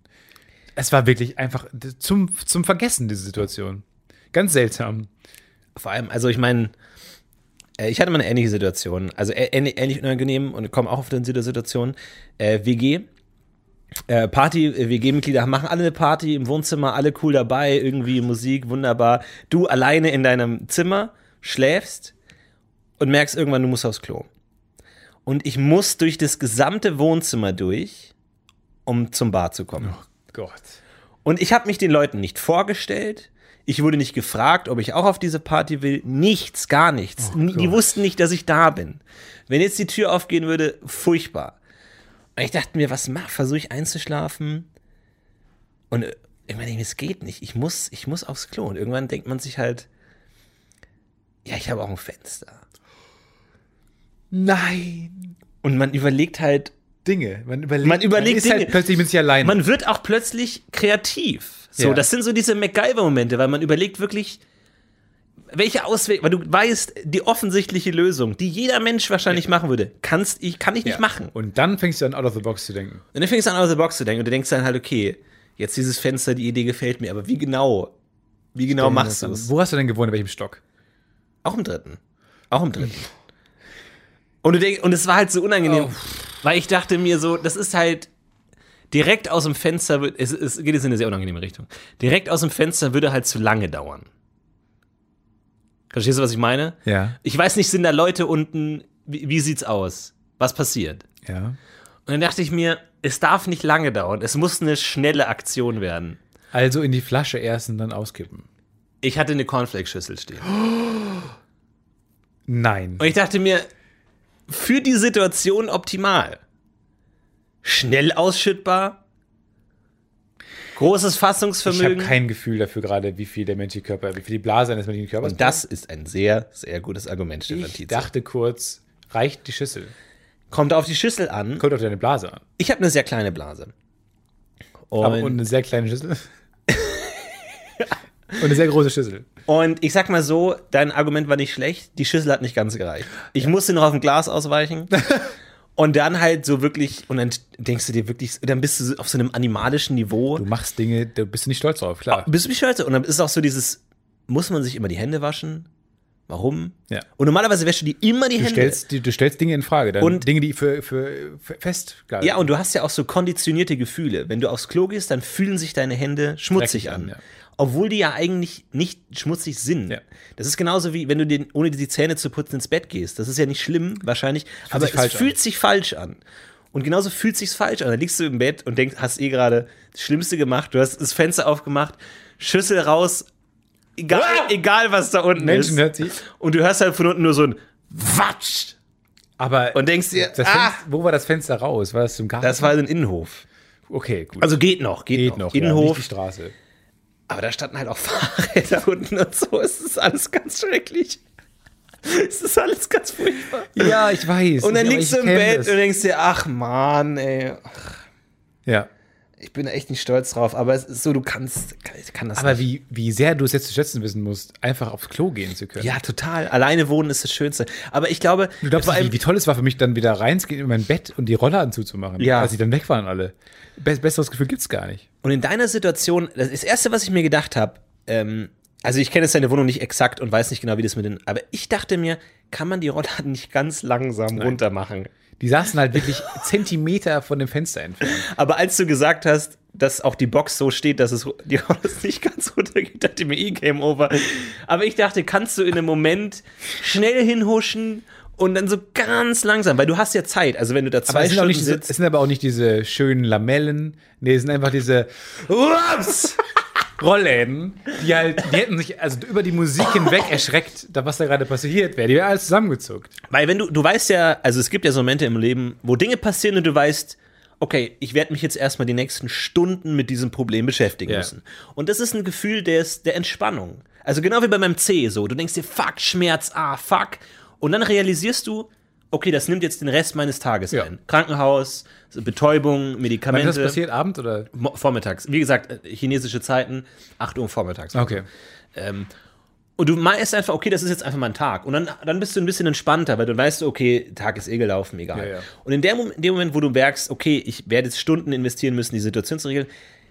Speaker 2: Es war wirklich einfach zum, zum Vergessen, diese Situation. Ganz seltsam.
Speaker 3: Vor allem, also ich meine, Äh, Ich hatte mal eine ähnliche Situation, also ä- ähnlich, ähnlich unangenehm und komme auch auf den Situation. Äh, WG, äh, Party, äh, WG-Mitglieder machen alle eine Party im Wohnzimmer, alle cool dabei, irgendwie Musik, wunderbar. Du alleine in deinem Zimmer schläfst und merkst irgendwann, du musst aufs Klo. Und ich muss durch das gesamte Wohnzimmer durch, um zum Bar zu kommen.
Speaker 2: Gott.
Speaker 3: Und ich habe mich den Leuten nicht vorgestellt. Ich wurde nicht gefragt, ob ich auch auf diese Party will. Nichts, gar nichts. N- die
Speaker 2: Gott.
Speaker 3: wussten nicht, dass ich da bin. Wenn jetzt die Tür aufgehen würde, furchtbar. Und ich dachte mir, was mach? Versuche ich einzuschlafen? Und äh, ich meine, es geht nicht. Ich muss, ich muss aufs Klo. Und irgendwann denkt man sich halt, ja, ich habe auch ein Fenster.
Speaker 2: Nein.
Speaker 3: Und man überlegt halt,
Speaker 2: Dinge. Man überlegt,
Speaker 3: Man überlegt
Speaker 2: ist halt
Speaker 3: Dinge.
Speaker 2: plötzlich mit sich alleine.
Speaker 3: Man wird auch plötzlich kreativ. So,
Speaker 2: Ja.
Speaker 3: das sind so diese MacGyver-Momente, weil man überlegt wirklich, welche Ausweg, weil du weißt, die offensichtliche Lösung, die jeder Mensch wahrscheinlich machen würde, kannst ich, kann ich nicht
Speaker 2: Ja.
Speaker 3: machen. Und
Speaker 2: Und dann fängst du an, out of the box zu denken.
Speaker 3: dann fängst du an, aus der Box zu denken und du denkst dann halt, okay, jetzt dieses Fenster, die Idee gefällt mir, aber wie genau? Wie genau machst du es?
Speaker 2: Wo hast du denn gewohnt? In welchem Stock?
Speaker 3: Auch im dritten. Auch im dritten. Und du denkst, und es war halt so unangenehm, weil ich dachte mir so, das ist halt direkt aus dem Fenster, wird- es, es geht jetzt in eine sehr unangenehme Richtung. Direkt aus dem Fenster würde halt zu lange dauern. Verstehst du, was ich meine?
Speaker 2: Ja.
Speaker 3: Ich weiß nicht, sind da Leute unten, wie, wie sieht's aus? Was passiert?
Speaker 2: Ja.
Speaker 3: Und dann dachte ich mir, es darf nicht lange dauern, es muss eine schnelle Aktion werden.
Speaker 2: Also in die Flasche erst und dann auskippen.
Speaker 3: Ich hatte eine Cornflakes-Schüssel stehen.
Speaker 2: Nein.
Speaker 3: Und ich dachte mir, für die Situation optimal. Schnell ausschüttbar. Großes
Speaker 2: Ich habe
Speaker 3: Fassungsvermögen.
Speaker 2: kein Gefühl dafür gerade, wie viel der menschliche Körper, wie viel die Blase eines menschlichen Körpers
Speaker 3: und das ist ein sehr, sehr gutes Argument, Stefan
Speaker 2: Ich
Speaker 3: Tietze.
Speaker 2: dachte kurz, reicht die Schüssel.
Speaker 3: Kommt auf die Schüssel an.
Speaker 2: Kommt auf deine Blase an.
Speaker 3: Ich habe eine sehr kleine Blase.
Speaker 2: Aber und eine sehr kleine Schüssel. und eine sehr große Schüssel.
Speaker 3: Und ich sag mal so, dein Argument war nicht schlecht, die Schüssel hat nicht ganz gereicht. Ich musste noch auf ein Glas ausweichen. Und dann halt so wirklich, und dann denkst du dir wirklich, dann bist du so auf so einem animalischen Niveau.
Speaker 2: Du machst Dinge, da bist du nicht stolz drauf, klar.
Speaker 3: Bist du bescheuert? Und dann ist auch so dieses, muss man sich immer die Hände waschen? Warum?
Speaker 2: Ja.
Speaker 3: Und normalerweise wäschst du dir immer die
Speaker 2: Du
Speaker 3: Hände.
Speaker 2: stellst, die- du stellst Dinge in Frage. Dann
Speaker 3: Und-
Speaker 2: Dinge, die für, für, für festgehalten
Speaker 3: ja, und du hast ja auch so konditionierte Gefühle. Wenn du aufs Klo gehst, dann fühlen sich deine Hände schmutzig
Speaker 2: Dreckig
Speaker 3: an.
Speaker 2: an, ja.
Speaker 3: Obwohl die ja eigentlich nicht schmutzig sind.
Speaker 2: Ja.
Speaker 3: Das ist genauso wie, wenn du den, ohne die Zähne zu putzen ins Bett gehst. Das ist ja nicht schlimm, wahrscheinlich. Aber
Speaker 2: sich
Speaker 3: es
Speaker 2: falsch an.
Speaker 3: fühlt sich falsch an. Und genauso fühlt sich's falsch an. Dann liegst du im Bett und denkst, hast eh gerade das Schlimmste gemacht. Du hast das Fenster aufgemacht, Schüssel raus. Egal, egal was da unten
Speaker 2: Ah! Menschen ne?
Speaker 3: ist.
Speaker 2: hört sich.
Speaker 3: Und du hörst halt von unten nur so ein Watsch.
Speaker 2: Aber
Speaker 3: Und denkst dir,
Speaker 2: das
Speaker 3: ah!
Speaker 2: Fenster, wo war das Fenster raus? War das zum Garten?
Speaker 3: Das war ein Innenhof.
Speaker 2: okay, gut.
Speaker 3: Also geht noch, geht,
Speaker 2: geht
Speaker 3: noch.
Speaker 2: noch. Ja, nicht
Speaker 3: Innenhof.
Speaker 2: die Straße.
Speaker 3: aber da standen halt auch Fahrräder unten und so. Es ist alles ganz schrecklich. Es ist alles ganz furchtbar.
Speaker 2: Ja, ich weiß.
Speaker 3: Und dann
Speaker 2: Ich-
Speaker 3: liegst du
Speaker 2: aber
Speaker 3: im
Speaker 2: ich kenn
Speaker 3: Bett
Speaker 2: das.
Speaker 3: und denkst dir, ach Mann, ey,
Speaker 2: Ja.
Speaker 3: ich bin echt nicht stolz drauf, aber es ist so, du kannst, kann, ich kann das
Speaker 2: Aber
Speaker 3: nicht.
Speaker 2: wie, wie sehr du es jetzt zu schätzen wissen musst, einfach aufs Klo gehen zu können.
Speaker 3: Ja, total. Alleine wohnen ist das Schönste. Aber ich glaube,
Speaker 2: Du glaubst
Speaker 3: vor
Speaker 2: nicht,
Speaker 3: allem-
Speaker 2: wie, wie toll es war für mich, dann wieder reinzugehen in mein Bett und die Rollladen zuzumachen,
Speaker 3: Ja.
Speaker 2: als sie dann weg waren alle. Best, besseres Gefühl gibt's gar nicht.
Speaker 3: Und in deiner Situation, das, ist das Erste, was ich mir gedacht habe, ähm, also ich kenne jetzt deine Wohnung nicht exakt und weiß nicht genau, wie das mit den, aber ich dachte mir, kann man die Rollladen nicht ganz langsam runter machen?
Speaker 2: Die saßen halt wirklich Zentimeter von dem Fenster entfernt.
Speaker 3: Aber als du gesagt hast, dass auch die Box so steht, dass es die Rollos nicht ganz runtergeht, dachte ich mir eh Game Over. Aber ich dachte, kannst du in einem Moment schnell hinhuschen und dann so ganz langsam, weil du hast ja Zeit. Also wenn du da zwei
Speaker 2: Aber es sind, auch
Speaker 3: Stunden
Speaker 2: nicht diese,
Speaker 3: sitzt,
Speaker 2: es sind aber auch nicht diese schönen Lamellen. Nee, es sind einfach diese Ups! Rollläden, die halt, die hätten sich also über die Musik hinweg erschreckt, da was da gerade passiert wäre. Die wären alles zusammengezuckt.
Speaker 3: Weil wenn du, du weißt ja, also es gibt ja so Momente im Leben, wo Dinge passieren und du weißt, okay, ich werde mich jetzt erstmal die nächsten Stunden mit diesem Problem beschäftigen
Speaker 2: Ja.
Speaker 3: müssen. Und das ist ein Gefühl des, der Entspannung. Also genau wie bei meinem C so. Du denkst dir, fuck, Schmerz, ah, fuck. Und dann realisierst du, okay, das nimmt jetzt den Rest meines Tages
Speaker 2: Ja.
Speaker 3: ein. Krankenhaus, Betäubung,
Speaker 2: Wenn das
Speaker 3: Medikamente.
Speaker 2: passiert, Abend oder?
Speaker 3: Mo- Vormittags. Wie gesagt, äh, chinesische Zeiten, 8 Uhr vormittags.
Speaker 2: Okay.
Speaker 3: Ähm, und du meinst einfach, okay, das ist jetzt einfach mein Tag. Und dann, dann bist du ein bisschen entspannter, weil du weißt, okay, Tag ist eh gelaufen, egal.
Speaker 2: Ja, ja.
Speaker 3: Und in, der, Mom- in dem Moment, wo du merkst, okay, ich werde jetzt Stunden investieren müssen, die Situation zu regeln,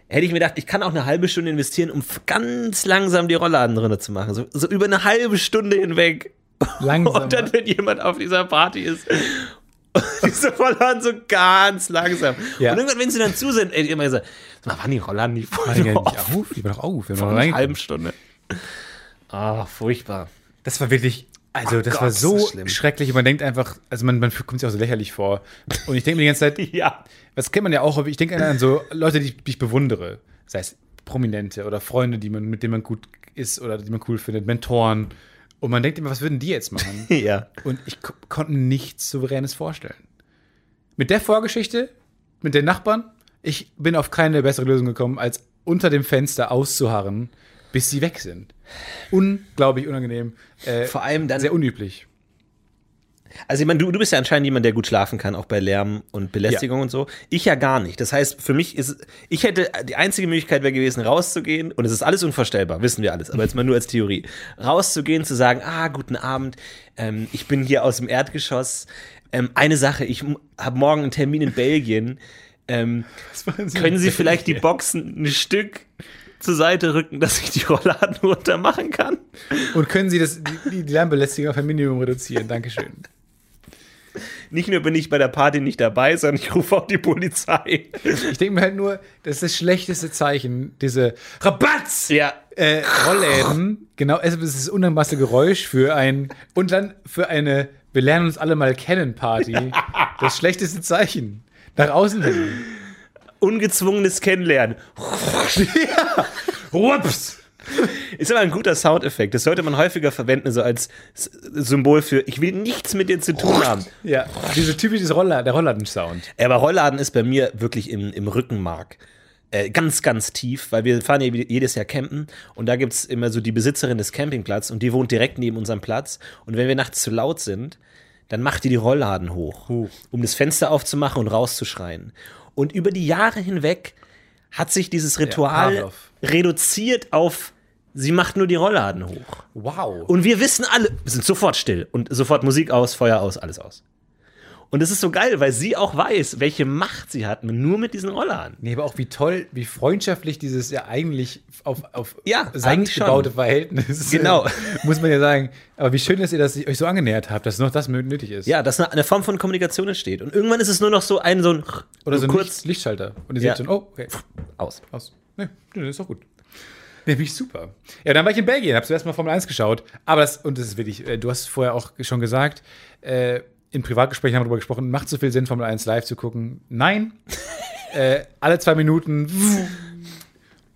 Speaker 3: hätte ich mir gedacht, ich kann auch eine halbe Stunde investieren, um f- ganz langsam die Rollladen drin zu machen. So, so über eine halbe Stunde hinweg.
Speaker 2: Langsam.
Speaker 3: Und dann, wenn jemand auf dieser Party ist, diese Rollladen so ganz langsam.
Speaker 2: Ja.
Speaker 3: Und irgendwann, wenn sie dann zu sind, ey, die immer gesagt, sag mal, waren die Rollladen nicht voll
Speaker 2: War Ah, die
Speaker 3: offen?
Speaker 2: nicht auf? Die war doch auf. Wir haben
Speaker 3: Vor
Speaker 2: noch
Speaker 3: einer
Speaker 2: reingekommen.
Speaker 3: halben Stunde. Ah, furchtbar.
Speaker 2: Das war wirklich, also das
Speaker 3: Gott,
Speaker 2: war
Speaker 3: ist das
Speaker 2: so
Speaker 3: schlimm.
Speaker 2: schrecklich. Und man denkt einfach, also man, man kommt sich auch so lächerlich vor. Und ich denke mir die ganze Zeit,
Speaker 3: Ja.
Speaker 2: das kennt man ja auch, aber ich denke an so Leute, die ich, die ich bewundere. Sei es Prominente oder Freunde, die man, mit denen man gut ist oder die man cool findet, Mentoren. Und man denkt immer, was würden die jetzt machen?
Speaker 3: Ja.
Speaker 2: Und ich ko- konnte mir nichts Souveränes vorstellen. Mit der Vorgeschichte, mit den Nachbarn, ich bin auf keine bessere Lösung gekommen, als unter dem Fenster auszuharren, bis sie weg sind. Unglaublich unangenehm. Äh,
Speaker 3: Vor allem dann,
Speaker 2: sehr unüblich.
Speaker 3: also ich meine, du, du bist ja anscheinend jemand, der gut schlafen kann, auch bei Lärm und Belästigung und so. Ich ja gar nicht. Das heißt, für mich ist, ich hätte, die einzige Möglichkeit wäre gewesen, rauszugehen, und es ist alles unvorstellbar, wissen wir alles, aber jetzt mal nur als Theorie, rauszugehen, zu sagen, ah, guten Abend, ähm, ich bin hier aus dem Erdgeschoss. Ähm, eine Sache, ich habe morgen einen Termin in Belgien. Ähm, Können Sie vielleicht die Boxen ein Stück zur Seite rücken, dass ich die Rollladen runter machen kann?
Speaker 2: Und können Sie das, die, die- die Lärmbelästigung auf ein Minimum reduzieren? Dankeschön.
Speaker 3: Nicht nur bin ich bei der Party nicht dabei, sondern ich rufe auch die Polizei.
Speaker 2: Ich denke mir halt nur, das ist das schlechteste Zeichen, diese Rabatz!
Speaker 3: Ja.
Speaker 2: äh, Rollläden, genau, es ist das unangemessene Geräusch für ein und dann für eine Wir lernen uns alle mal kennen Party. Das schlechteste Zeichen. Nach außen hin.
Speaker 3: Ungezwungenes Kennenlernen.
Speaker 2: Ups.
Speaker 3: Ist aber ein guter Soundeffekt. Das sollte man häufiger verwenden, so als S- Symbol für, ich will nichts mit dir zu tun haben.
Speaker 2: Ja, diese typische Roller, der Rollladen-Sound.
Speaker 3: Ja, Äh, Aber Rollladen ist bei mir wirklich im, im Rückenmark. Äh, ganz, ganz tief, weil wir fahren ja jedes Jahr campen und da gibt es immer so die Besitzerin des Campingplatzes und die wohnt direkt neben unserem Platz. Und wenn wir nachts zu laut sind, dann macht die die Rollladen hoch, um das Fenster aufzumachen und rauszuschreien. Und über die Jahre hinweg hat sich dieses Ritual
Speaker 2: Pavlov.
Speaker 3: reduziert auf, sie macht nur die Rollladen hoch.
Speaker 2: Wow.
Speaker 3: Und wir wissen alle, wir sind sofort still und sofort Musik aus, Feuer aus, alles aus. Und es ist so geil, weil sie auch weiß, welche Macht sie hat, nur mit diesen Rollern.
Speaker 2: Nee, aber auch wie toll, wie freundschaftlich dieses ja eigentlich auf, auf
Speaker 3: Ja,
Speaker 2: Sand
Speaker 3: eigentlich schon.
Speaker 2: gebaute Verhältnis.
Speaker 3: Genau.
Speaker 2: Muss man ja sagen. Aber wie schön, dass ihr das euch so angenähert habt, dass noch das nötig ist.
Speaker 3: Ja, dass eine, eine Form von Kommunikation entsteht. Und irgendwann ist es nur noch so ein, so ein,
Speaker 2: Oder so ein
Speaker 3: kurz
Speaker 2: Licht, Lichtschalter. Und ihr
Speaker 3: Ja.
Speaker 2: seht schon, oh, okay.
Speaker 3: aus.
Speaker 2: Aus. Nee, nee, ist doch gut. Nämlich super. Ja, dann war ich in Belgien, hab zuerst mal Formel 1 geschaut. Aber das, und das ist wirklich, äh, du hast vorher auch schon gesagt, äh, in Privatgesprächen haben wir darüber gesprochen, macht so viel Sinn, Formel 1 live zu gucken? Nein. äh, alle zwei Minuten.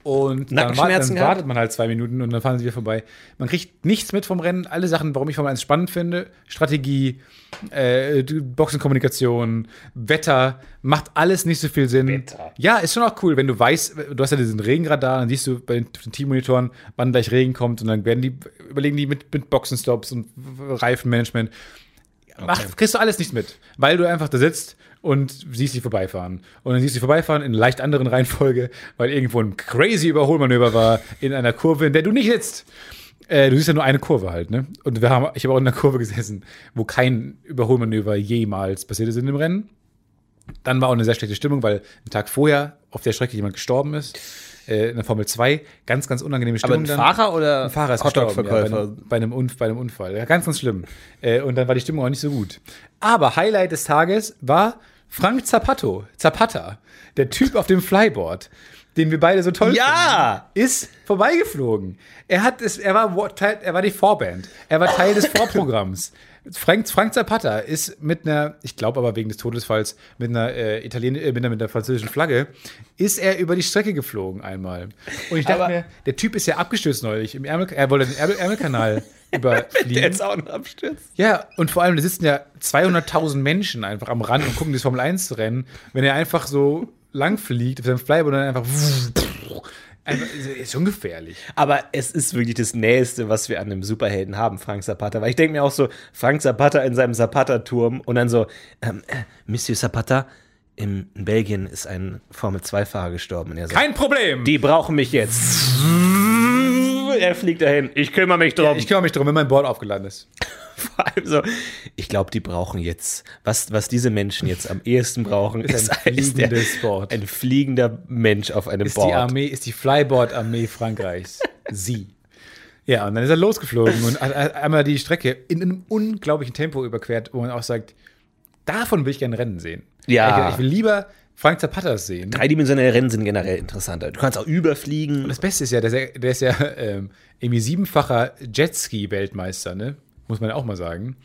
Speaker 2: Und dann, wart,
Speaker 3: Nackenschmerzen
Speaker 2: dann
Speaker 3: gehabt?
Speaker 2: wartet man halt zwei Minuten und dann fahren sie wieder vorbei. Man kriegt nichts mit vom Rennen. Alle Sachen, warum ich Formel 1 spannend finde, Strategie, äh, Boxenkommunikation, Wetter, macht alles nicht so viel Sinn.
Speaker 3: Wetter.
Speaker 2: Ja, ist schon auch cool, wenn du weißt, du hast ja diesen Regenradar, dann siehst du bei den, auf den Teammonitoren, wann gleich Regen kommt und dann werden die, überlegen die mit, mit Boxenstops und Reifenmanagement. Mach, kriegst du alles nicht mit, weil du einfach da sitzt und siehst sie vorbeifahren. Und dann siehst du sie vorbeifahren in leicht anderen Reihenfolge, weil irgendwo ein crazy Überholmanöver war in einer Kurve, in der du nicht sitzt. Äh, du siehst ja nur eine Kurve halt, ne? Und wir haben, ich habe auch in einer Kurve gesessen, wo kein Überholmanöver jemals passiert ist in dem Rennen. Dann war auch eine sehr schlechte Stimmung, weil einen Tag vorher auf der Strecke jemand gestorben ist. Äh, in der Formel 2. Ganz, ganz unangenehme Stimmung. dann.
Speaker 3: oder
Speaker 2: Ein Fahrer ist gestorben, ja, bei, einem, bei, einem Unf bei einem Unfall. Ja, ganz, ganz schlimm. Äh, und dann war die Stimmung auch nicht so gut. Aber Highlight des Tages war Frank Zapato, Zapata, der Typ auf dem Flyboard, den wir beide so toll
Speaker 3: Ja!
Speaker 2: finden, ist vorbeigeflogen. Er hat es, er war wo- Teil, er war die Vorband, er war Teil des Vorprogramms. Frank, Frank Zapata ist mit einer, ich glaube aber wegen des Todesfalls, mit einer äh, Italien, äh, mit, einer, mit einer französischen Flagge, ist er über die Strecke geflogen einmal. Und ich dachte
Speaker 3: Aber-
Speaker 2: mir, der Typ ist ja abgestürzt neulich im Ärmel, er wollte den Ärmel, Ärmelkanal
Speaker 3: Der
Speaker 2: überfliegen.
Speaker 3: jetzt auch noch abstürzt.
Speaker 2: Ja, und vor allem, da sitzen ja 200.000 Menschen einfach am Rand und gucken das Formel 1 zu rennen. Wenn er einfach so lang fliegt auf seinem Flyboard und dann einfach, einfach ist schon gefährlich.
Speaker 3: Aber es ist wirklich das Nächste, was wir an einem Superhelden haben, Frank Zapata. Weil ich denke mir auch so, Frank Zapata in seinem Zapata-Turm und dann so, ähm, äh, Monsieur Zapata, in Belgien ist ein Formel-2-Fahrer gestorben. Und er so,
Speaker 2: Kein Problem.
Speaker 3: Die brauchen mich jetzt. Er fliegt dahin. Ich kümmere mich drum.
Speaker 2: ich kümmere mich drum, wenn mein Board aufgeladen ist.
Speaker 3: Vor allem so, ich glaube, die brauchen jetzt, was, was diese Menschen jetzt am ehesten brauchen,
Speaker 2: Ist
Speaker 3: ist,
Speaker 2: ein
Speaker 3: ein, ist der,
Speaker 2: fliegendes Board.
Speaker 3: ein fliegender Mensch auf einem
Speaker 2: Ist die
Speaker 3: Board.
Speaker 2: Armee, ist die Flyboard-Armee Frankreichs. Sie. Ja, und dann ist er losgeflogen und hat einmal die Strecke in einem unglaublichen Tempo überquert, wo man auch sagt, davon will ich gerne Rennen sehen.
Speaker 3: Ja.
Speaker 2: Ich, ich will lieber Frank Zapatas sehen.
Speaker 3: Dreidimensionelle Rennen sind generell interessanter. Du kannst auch überfliegen.
Speaker 2: Das Beste ist ja, der ist ja, der ist ja ähm, irgendwie siebenfacher Jetski-Weltmeister, ne? Muss man ja auch mal sagen.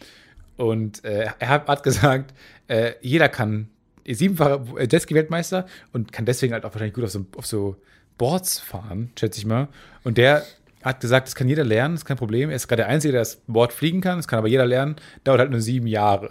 Speaker 2: Und äh, er hat hat gesagt, äh, jeder kann ist siebenfacher Jetski-Weltmeister und kann deswegen halt auch wahrscheinlich gut auf so, auf so Boards fahren, schätze ich mal. Und der hat gesagt, das kann jeder lernen, ist kein Problem. Er ist gerade der Einzige, der das Board fliegen kann, das kann aber jeder lernen. Dauert halt nur sieben Jahre.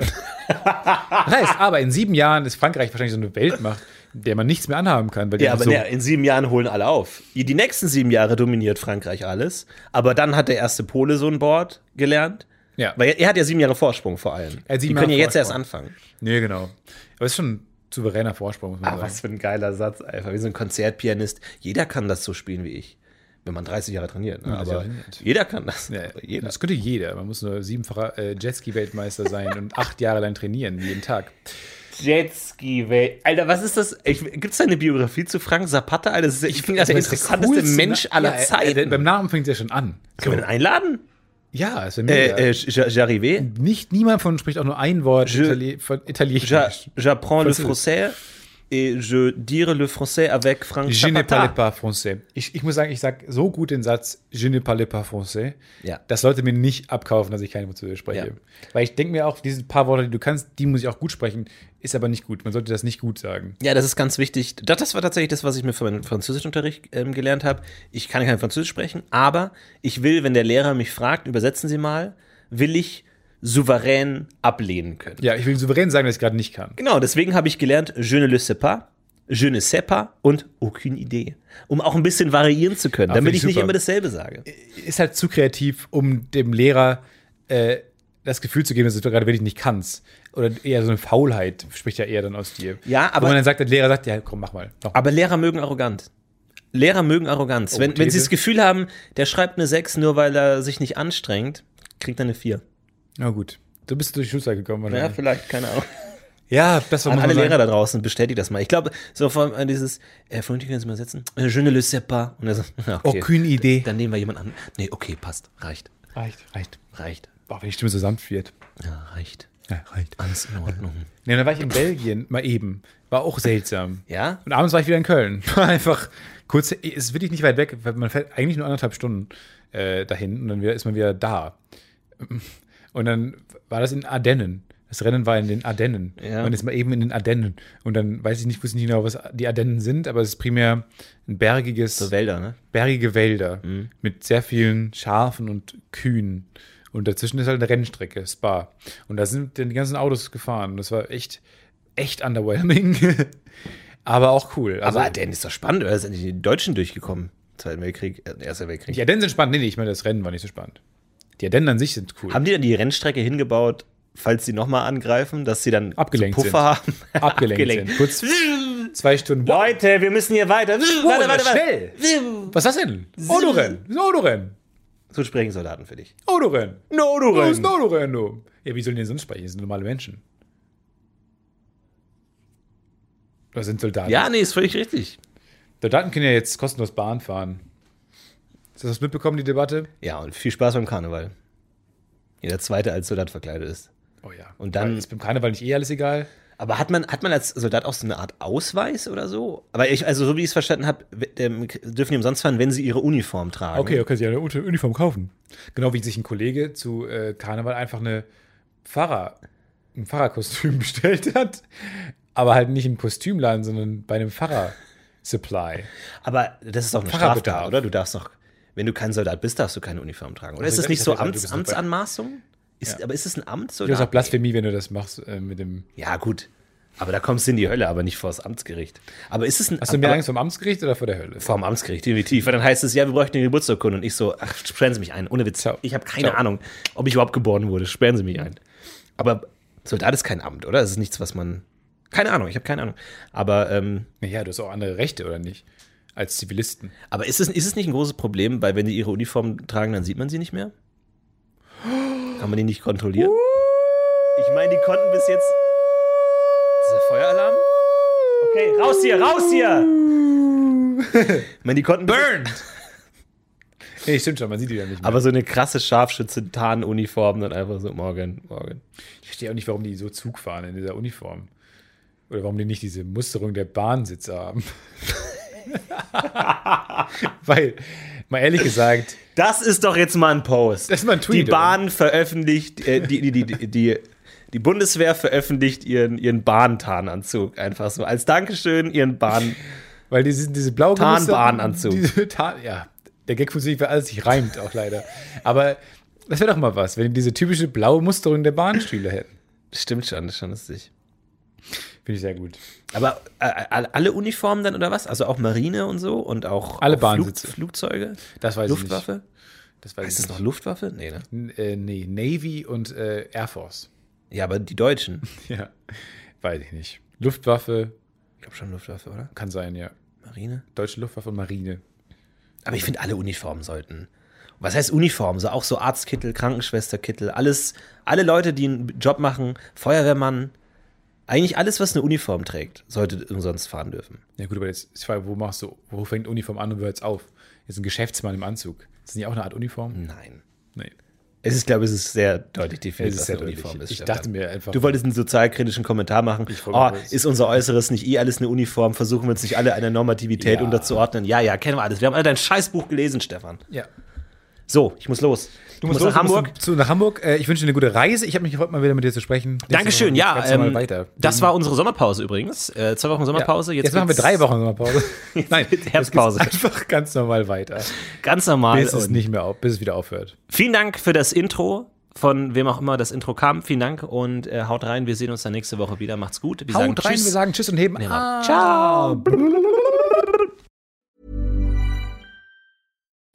Speaker 2: das heißt, aber in sieben Jahren ist Frankreich wahrscheinlich so eine Weltmacht, der man nichts mehr anhaben kann. Weil die
Speaker 3: Ja,
Speaker 2: einfach
Speaker 3: aber
Speaker 2: so
Speaker 3: naja, in sieben Jahren holen alle auf. Die nächsten sieben Jahre dominiert Frankreich alles. Aber dann hat der erste Pole so ein Board gelernt.
Speaker 2: Ja.
Speaker 3: Weil er hat ja sieben Jahre Vorsprung vor allem.
Speaker 2: Er hat sieben
Speaker 3: Die können
Speaker 2: Jahre
Speaker 3: ja jetzt erst
Speaker 2: Vorsprung.
Speaker 3: anfangen.
Speaker 2: Nee, genau. Aber es ist schon ein souveräner Vorsprung, muss man
Speaker 3: Ah,
Speaker 2: sagen.
Speaker 3: was für ein geiler Satz, einfach. Wie so ein Konzertpianist. Jeder kann das so spielen wie ich. Wenn man 30 Jahre trainiert. Ne?
Speaker 2: 30 Jahre
Speaker 3: Aber
Speaker 2: trainiert.
Speaker 3: jeder kann das.
Speaker 2: Ja,
Speaker 3: Also jeder.
Speaker 2: Das könnte jeder. Man muss nur siebenfacher äh, Jetski-Weltmeister sein und acht Jahre lang trainieren, jeden Tag.
Speaker 3: Jetski-Welt. Alter, was ist das? Gibt es da eine Biografie zu Frank Zapata? Alter, das ist, ich finde, das der
Speaker 2: Das ist
Speaker 3: interessanteste
Speaker 2: coolste
Speaker 3: Mensch
Speaker 2: Na-
Speaker 3: aller
Speaker 2: ja, äh, äh,
Speaker 3: Zeiten.
Speaker 2: beim Namen fängt es ja schon an.
Speaker 3: Können wir den einladen?
Speaker 2: Ja, es wäre mega.
Speaker 3: Äh, äh, J- J'arrivé?
Speaker 2: Nicht niemand von uns spricht auch nur ein Wort
Speaker 3: Je-
Speaker 2: Itali von Italienisch.
Speaker 3: Ja, J'apprends le
Speaker 2: Französisch.
Speaker 3: français et je dire le français avec Frank
Speaker 2: Je ne parle
Speaker 3: Zapata.
Speaker 2: pas français. Ich, ich muss sagen, ich sage so gut den Satz Je ne parle pas français,
Speaker 3: Ja.
Speaker 2: dass Leute mir nicht abkaufen, dass ich keine Französisch spreche.
Speaker 3: Ja.
Speaker 2: Weil ich denke mir auch, diese paar Worte, die du kannst, die muss ich auch gut sprechen, ist aber nicht gut. Man sollte das nicht gut sagen.
Speaker 3: Ja, das ist ganz wichtig. Das, das war tatsächlich das, was ich mir für meinen Französischunterricht ähm, gelernt habe. Ich kann kein Französisch sprechen, aber ich will, wenn der Lehrer mich fragt, übersetzen Sie mal, will ich souverän ablehnen können.
Speaker 2: Ja, ich will souverän sagen, dass ich gerade nicht kann.
Speaker 3: Genau, deswegen habe ich gelernt, je ne le sais pas, je ne sais pas und aucune idée. Um auch ein bisschen variieren zu können,
Speaker 2: Ah,
Speaker 3: damit
Speaker 2: finde
Speaker 3: ich
Speaker 2: ich
Speaker 3: nicht
Speaker 2: super.
Speaker 3: immer dasselbe sage.
Speaker 2: Ist halt zu kreativ, um dem Lehrer äh, das Gefühl zu geben, dass du gerade wirklich nicht kannst. Oder eher so eine Faulheit spricht ja eher dann aus dir.
Speaker 3: Ja,
Speaker 2: Wo
Speaker 3: aber-
Speaker 2: man dann sagt, der Lehrer sagt, ja, komm, mach mal. Mach mal.
Speaker 3: Aber Lehrer mögen arrogant. Lehrer mögen Arroganz. wenn, wenn sie
Speaker 2: Oh, These.
Speaker 3: das Gefühl haben, der schreibt eine 6 nur, weil er sich nicht anstrengt, kriegt er eine 4.
Speaker 2: Na gut. Du bist durch die Schulzeit gekommen.
Speaker 3: Ja,
Speaker 2: wahrscheinlich.
Speaker 3: vielleicht, keine Ahnung.
Speaker 2: ja das war
Speaker 3: An
Speaker 2: muss
Speaker 3: alle
Speaker 2: man sagen.
Speaker 3: Lehrer da draußen, bestätigt das mal. Ich glaube, so vor allem an dieses, äh, Florentin, können Sie mal setzen? Äh, Je ne le sais pas. Und er sagt, ja, okay.
Speaker 2: Aucune Idee.
Speaker 3: Dann nehmen wir jemanden an. Nee, okay, passt. Reicht.
Speaker 2: Reicht, reicht.
Speaker 3: Reicht.
Speaker 2: Boah, wenn die Stimme so sanft wird.
Speaker 3: Ja, reicht.
Speaker 2: Ja, reicht.
Speaker 3: Alles in Ordnung.
Speaker 2: Nee, dann war ich in Belgien, mal eben. War auch seltsam.
Speaker 3: Ja?
Speaker 2: Und abends war ich wieder in Köln. War einfach kurz, ist wirklich nicht weit weg, weil man fährt eigentlich nur anderthalb Stunden äh, dahin und dann wieder, ist man wieder da. Und dann war das in Ardennen. Das Rennen war in den Ardennen.
Speaker 3: Ja.
Speaker 2: Man ist mal eben in den Ardennen. Und dann weiß ich nicht, wusste ich nicht genau, was die Ardennen sind, aber es ist primär ein bergiges
Speaker 3: So Wälder, ne?
Speaker 2: bergige Wälder
Speaker 3: Mhm.
Speaker 2: mit sehr vielen Schafen und Kühen. Und dazwischen ist halt eine Rennstrecke, Spa. Und da sind dann die ganzen Autos gefahren. Das war echt, echt underwhelming. Aber auch cool. Also,
Speaker 3: Aber Ardennen ist doch spannend, oder? Sind die Deutschen durchgekommen? Zweiten Weltkrieg, äh, Erster Weltkrieg.
Speaker 2: die Ardennen sind spannend. Nee, nee, ich meine, das Rennen war nicht so spannend. Die Ardennen an sich sind cool.
Speaker 3: Haben die dann die Rennstrecke hingebaut, falls sie nochmal angreifen, dass sie dann
Speaker 2: Abgelenkt
Speaker 3: so Puffer haben?
Speaker 2: Abgelenkt sind. Kurz zwei Stunden.
Speaker 3: Leute, wir müssen hier weiter. warte, warte, warte. Schnell.
Speaker 2: Was ist das denn? Autorennen. Das ist ein Autorennen.
Speaker 3: So sprechen Soldaten für dich.
Speaker 2: Autorennen.
Speaker 3: No, du
Speaker 2: Das ist ein Autorennen, du. Ja, wie sollen die denn sonst sprechen? Das sind normale Menschen. Das sind Soldaten.
Speaker 3: Ja, nee, ist völlig richtig.
Speaker 2: Soldaten können ja jetzt kostenlos Bahn fahren. Hast du das mitbekommen, die Debatte?
Speaker 3: Ja, und viel Spaß beim Karneval. Jeder zweite als Soldat verkleidet ist.
Speaker 2: Oh ja.
Speaker 3: Und dann-
Speaker 2: ist beim Karneval nicht eh alles egal.
Speaker 3: Aber hat man, hat man als Soldat auch so eine Art Ausweis oder so? Aber ich, also so wie ich es verstanden habe, w- ähm, k- dürfen die umsonst fahren, wenn sie ihre Uniform tragen.
Speaker 2: Okay, okay, sie haben eine Uni- Uniform kaufen. Genau wie sich ein Kollege zu äh, Karneval einfach eine Pfarrer, ein Pfarrerkostüm bestellt hat. Aber halt nicht im Kostümladen, sondern bei einem Pfarrer-Supply.
Speaker 3: Aber das ist doch eine
Speaker 2: Pfarrerbedarf.
Speaker 3: Straftat, oder? Du darfst doch, wenn du kein Soldat bist, darfst du keine Uniform tragen. Oder
Speaker 2: Also
Speaker 3: ist das
Speaker 2: ich-
Speaker 3: nicht
Speaker 2: ich
Speaker 3: so
Speaker 2: hab gesagt,
Speaker 3: Amts,
Speaker 2: du bist dabei.
Speaker 3: Amtsanmaßung? Ist, Aber ist es ein Amt?
Speaker 2: Du hast auch
Speaker 3: Soldat?
Speaker 2: Blasphemie, wenn du das machst äh, mit dem.
Speaker 3: ja, gut. Aber da kommst du in die Hölle, aber nicht vor das Amtsgericht. Aber ist es ein
Speaker 2: Hast du mehr
Speaker 3: aber-
Speaker 2: Angst vom Amtsgericht oder vor der Hölle?
Speaker 3: Vor dem Amtsgericht, definitiv. Weil dann heißt es, ja, wir bräuchten eine Geburtsurkunde. Und ich so, ach, sperren Sie mich ein. Ohne Witz.
Speaker 2: Ciao.
Speaker 3: Ich habe keine
Speaker 2: Ciao.
Speaker 3: Ahnung, ob ich überhaupt geboren wurde. Sperren Sie mich ein. Aber Soldat ist kein Amt, oder? Das ist nichts, was man. Keine Ahnung, ich habe keine Ahnung. Aber, ähm,
Speaker 2: Naja, du hast auch andere Rechte, oder nicht? Als Zivilisten.
Speaker 3: aber ist, es, ist es nicht ein großes Problem, weil wenn die ihre Uniform tragen, dann sieht man sie nicht mehr? Kann man die nicht kontrollieren? Ich meine, die konnten bis jetzt. Ist der Feueralarm? Okay, raus hier, raus hier! Ich meine, die konnten. bis-
Speaker 2: Burned! Nee, stimmt schon, man sieht die ja nicht mehr.
Speaker 3: Aber so eine krasse Scharfschütze-Tarnuniform, dann einfach so, morgen, morgen.
Speaker 2: ich verstehe auch nicht, warum die so Zug fahren in dieser Uniform. Oder warum die nicht diese Musterung der Bahnsitze haben. Weil, mal ehrlich gesagt,
Speaker 3: Das ist doch jetzt mal ein Post.
Speaker 2: Das ist mal ein Tweet,
Speaker 3: Die Bahn veröffentlicht, äh, die, die, die, die, die, die Bundeswehr veröffentlicht ihren, ihren Bahntarnanzug einfach so. Als Dankeschön ihren Bahn.
Speaker 2: Weil diese, diese blaue Gewisse-
Speaker 3: Tarnbahnanzug.
Speaker 2: Diese Tarn, ja, der Gag funktioniert, weil alles sich reimt auch leider. Aber das wäre doch mal was, wenn die diese typische blaue Musterung der Bahnstühle hätten.
Speaker 3: Stimmt schon, das ist schon lustig.
Speaker 2: Finde ich sehr gut.
Speaker 3: Aber äh, alle alle Uniformen dann oder was? Also auch Marine und so und auch
Speaker 2: Alle
Speaker 3: auch
Speaker 2: Bahnsitze.
Speaker 3: Flugzeuge?
Speaker 2: Das weiß
Speaker 3: Luftwaffe?
Speaker 2: ich nicht. Das weiß
Speaker 3: Ist
Speaker 2: ich
Speaker 3: das noch Luftwaffe? Nee, ne?
Speaker 2: nicht. N- Äh, nee, Navy und äh, Air Force.
Speaker 3: Ja, aber die Deutschen.
Speaker 2: Ja, weiß ich nicht. Luftwaffe
Speaker 3: Ich glaube schon Luftwaffe, oder?
Speaker 2: kann sein, ja.
Speaker 3: Marine?
Speaker 2: Deutsche Luftwaffe und Marine.
Speaker 3: Aber ich finde, alle Uniformen sollten. Was heißt Uniform? So auch so Arztkittel, Krankenschwesterkittel, alles, alle Leute, die einen Job machen, Feuerwehrmann, eigentlich alles, was eine Uniform trägt, sollte umsonst fahren dürfen.
Speaker 2: Ja gut, aber jetzt ist die Frage, wo machst du, wo fängt Uniform an und wo hört's auf? Jetzt ein Geschäftsmann im Anzug. Ist das nicht auch eine Art Uniform?
Speaker 3: Nein.
Speaker 2: Nee.
Speaker 3: Es ist, glaube ich, es ist sehr deutlich definiert,
Speaker 2: Es ist
Speaker 3: was
Speaker 2: sehr
Speaker 3: eine
Speaker 2: deutlich.
Speaker 3: Uniform ist.
Speaker 2: Ich
Speaker 3: Stefan.
Speaker 2: dachte mir einfach-
Speaker 3: Du wolltest einen sozialkritischen Kommentar machen.
Speaker 2: wollte
Speaker 3: Oh,
Speaker 2: mal kurz-
Speaker 3: ist unser Äußeres nicht eh alles eine Uniform? Versuchen wir uns nicht alle einer Normativität
Speaker 2: Ja.
Speaker 3: unterzuordnen? Ja, ja, kennen wir alles. Wir haben alle dein Scheißbuch gelesen, Stefan.
Speaker 2: Ja.
Speaker 3: So, ich muss los. Du
Speaker 2: los, du musst Zu, nach Hamburg. Äh, ich wünsche dir eine gute Reise. Ich habe mich gefreut, mal wieder mit dir zu sprechen. Nächste
Speaker 3: Dankeschön,
Speaker 2: Woche
Speaker 3: ja.
Speaker 2: quatschen wir mal
Speaker 3: Ähm,
Speaker 2: weiter.
Speaker 3: das war unsere Sommerpause übrigens. Äh, zwei Wochen
Speaker 2: Ja.
Speaker 3: Sommerpause.
Speaker 2: Jetzt, machen wir
Speaker 3: geht's
Speaker 2: drei Wochen Sommerpause. Nein,
Speaker 3: geht's
Speaker 2: jetzt
Speaker 3: Herbstpause.
Speaker 2: geht's Einfach ganz normal weiter.
Speaker 3: Ganz normal.
Speaker 2: Bis es
Speaker 3: Und
Speaker 2: nicht mehr auf, bis es wieder aufhört.
Speaker 3: vielen Dank für das Intro. Von wem auch immer das Intro kam. Vielen Dank und äh, haut rein. Wir sehen uns dann nächste Woche wieder. Macht's gut. Wir sagen
Speaker 2: Haut rein,
Speaker 3: Tschüss.
Speaker 2: wir sagen Tschüss und heben ab.
Speaker 3: Ciao.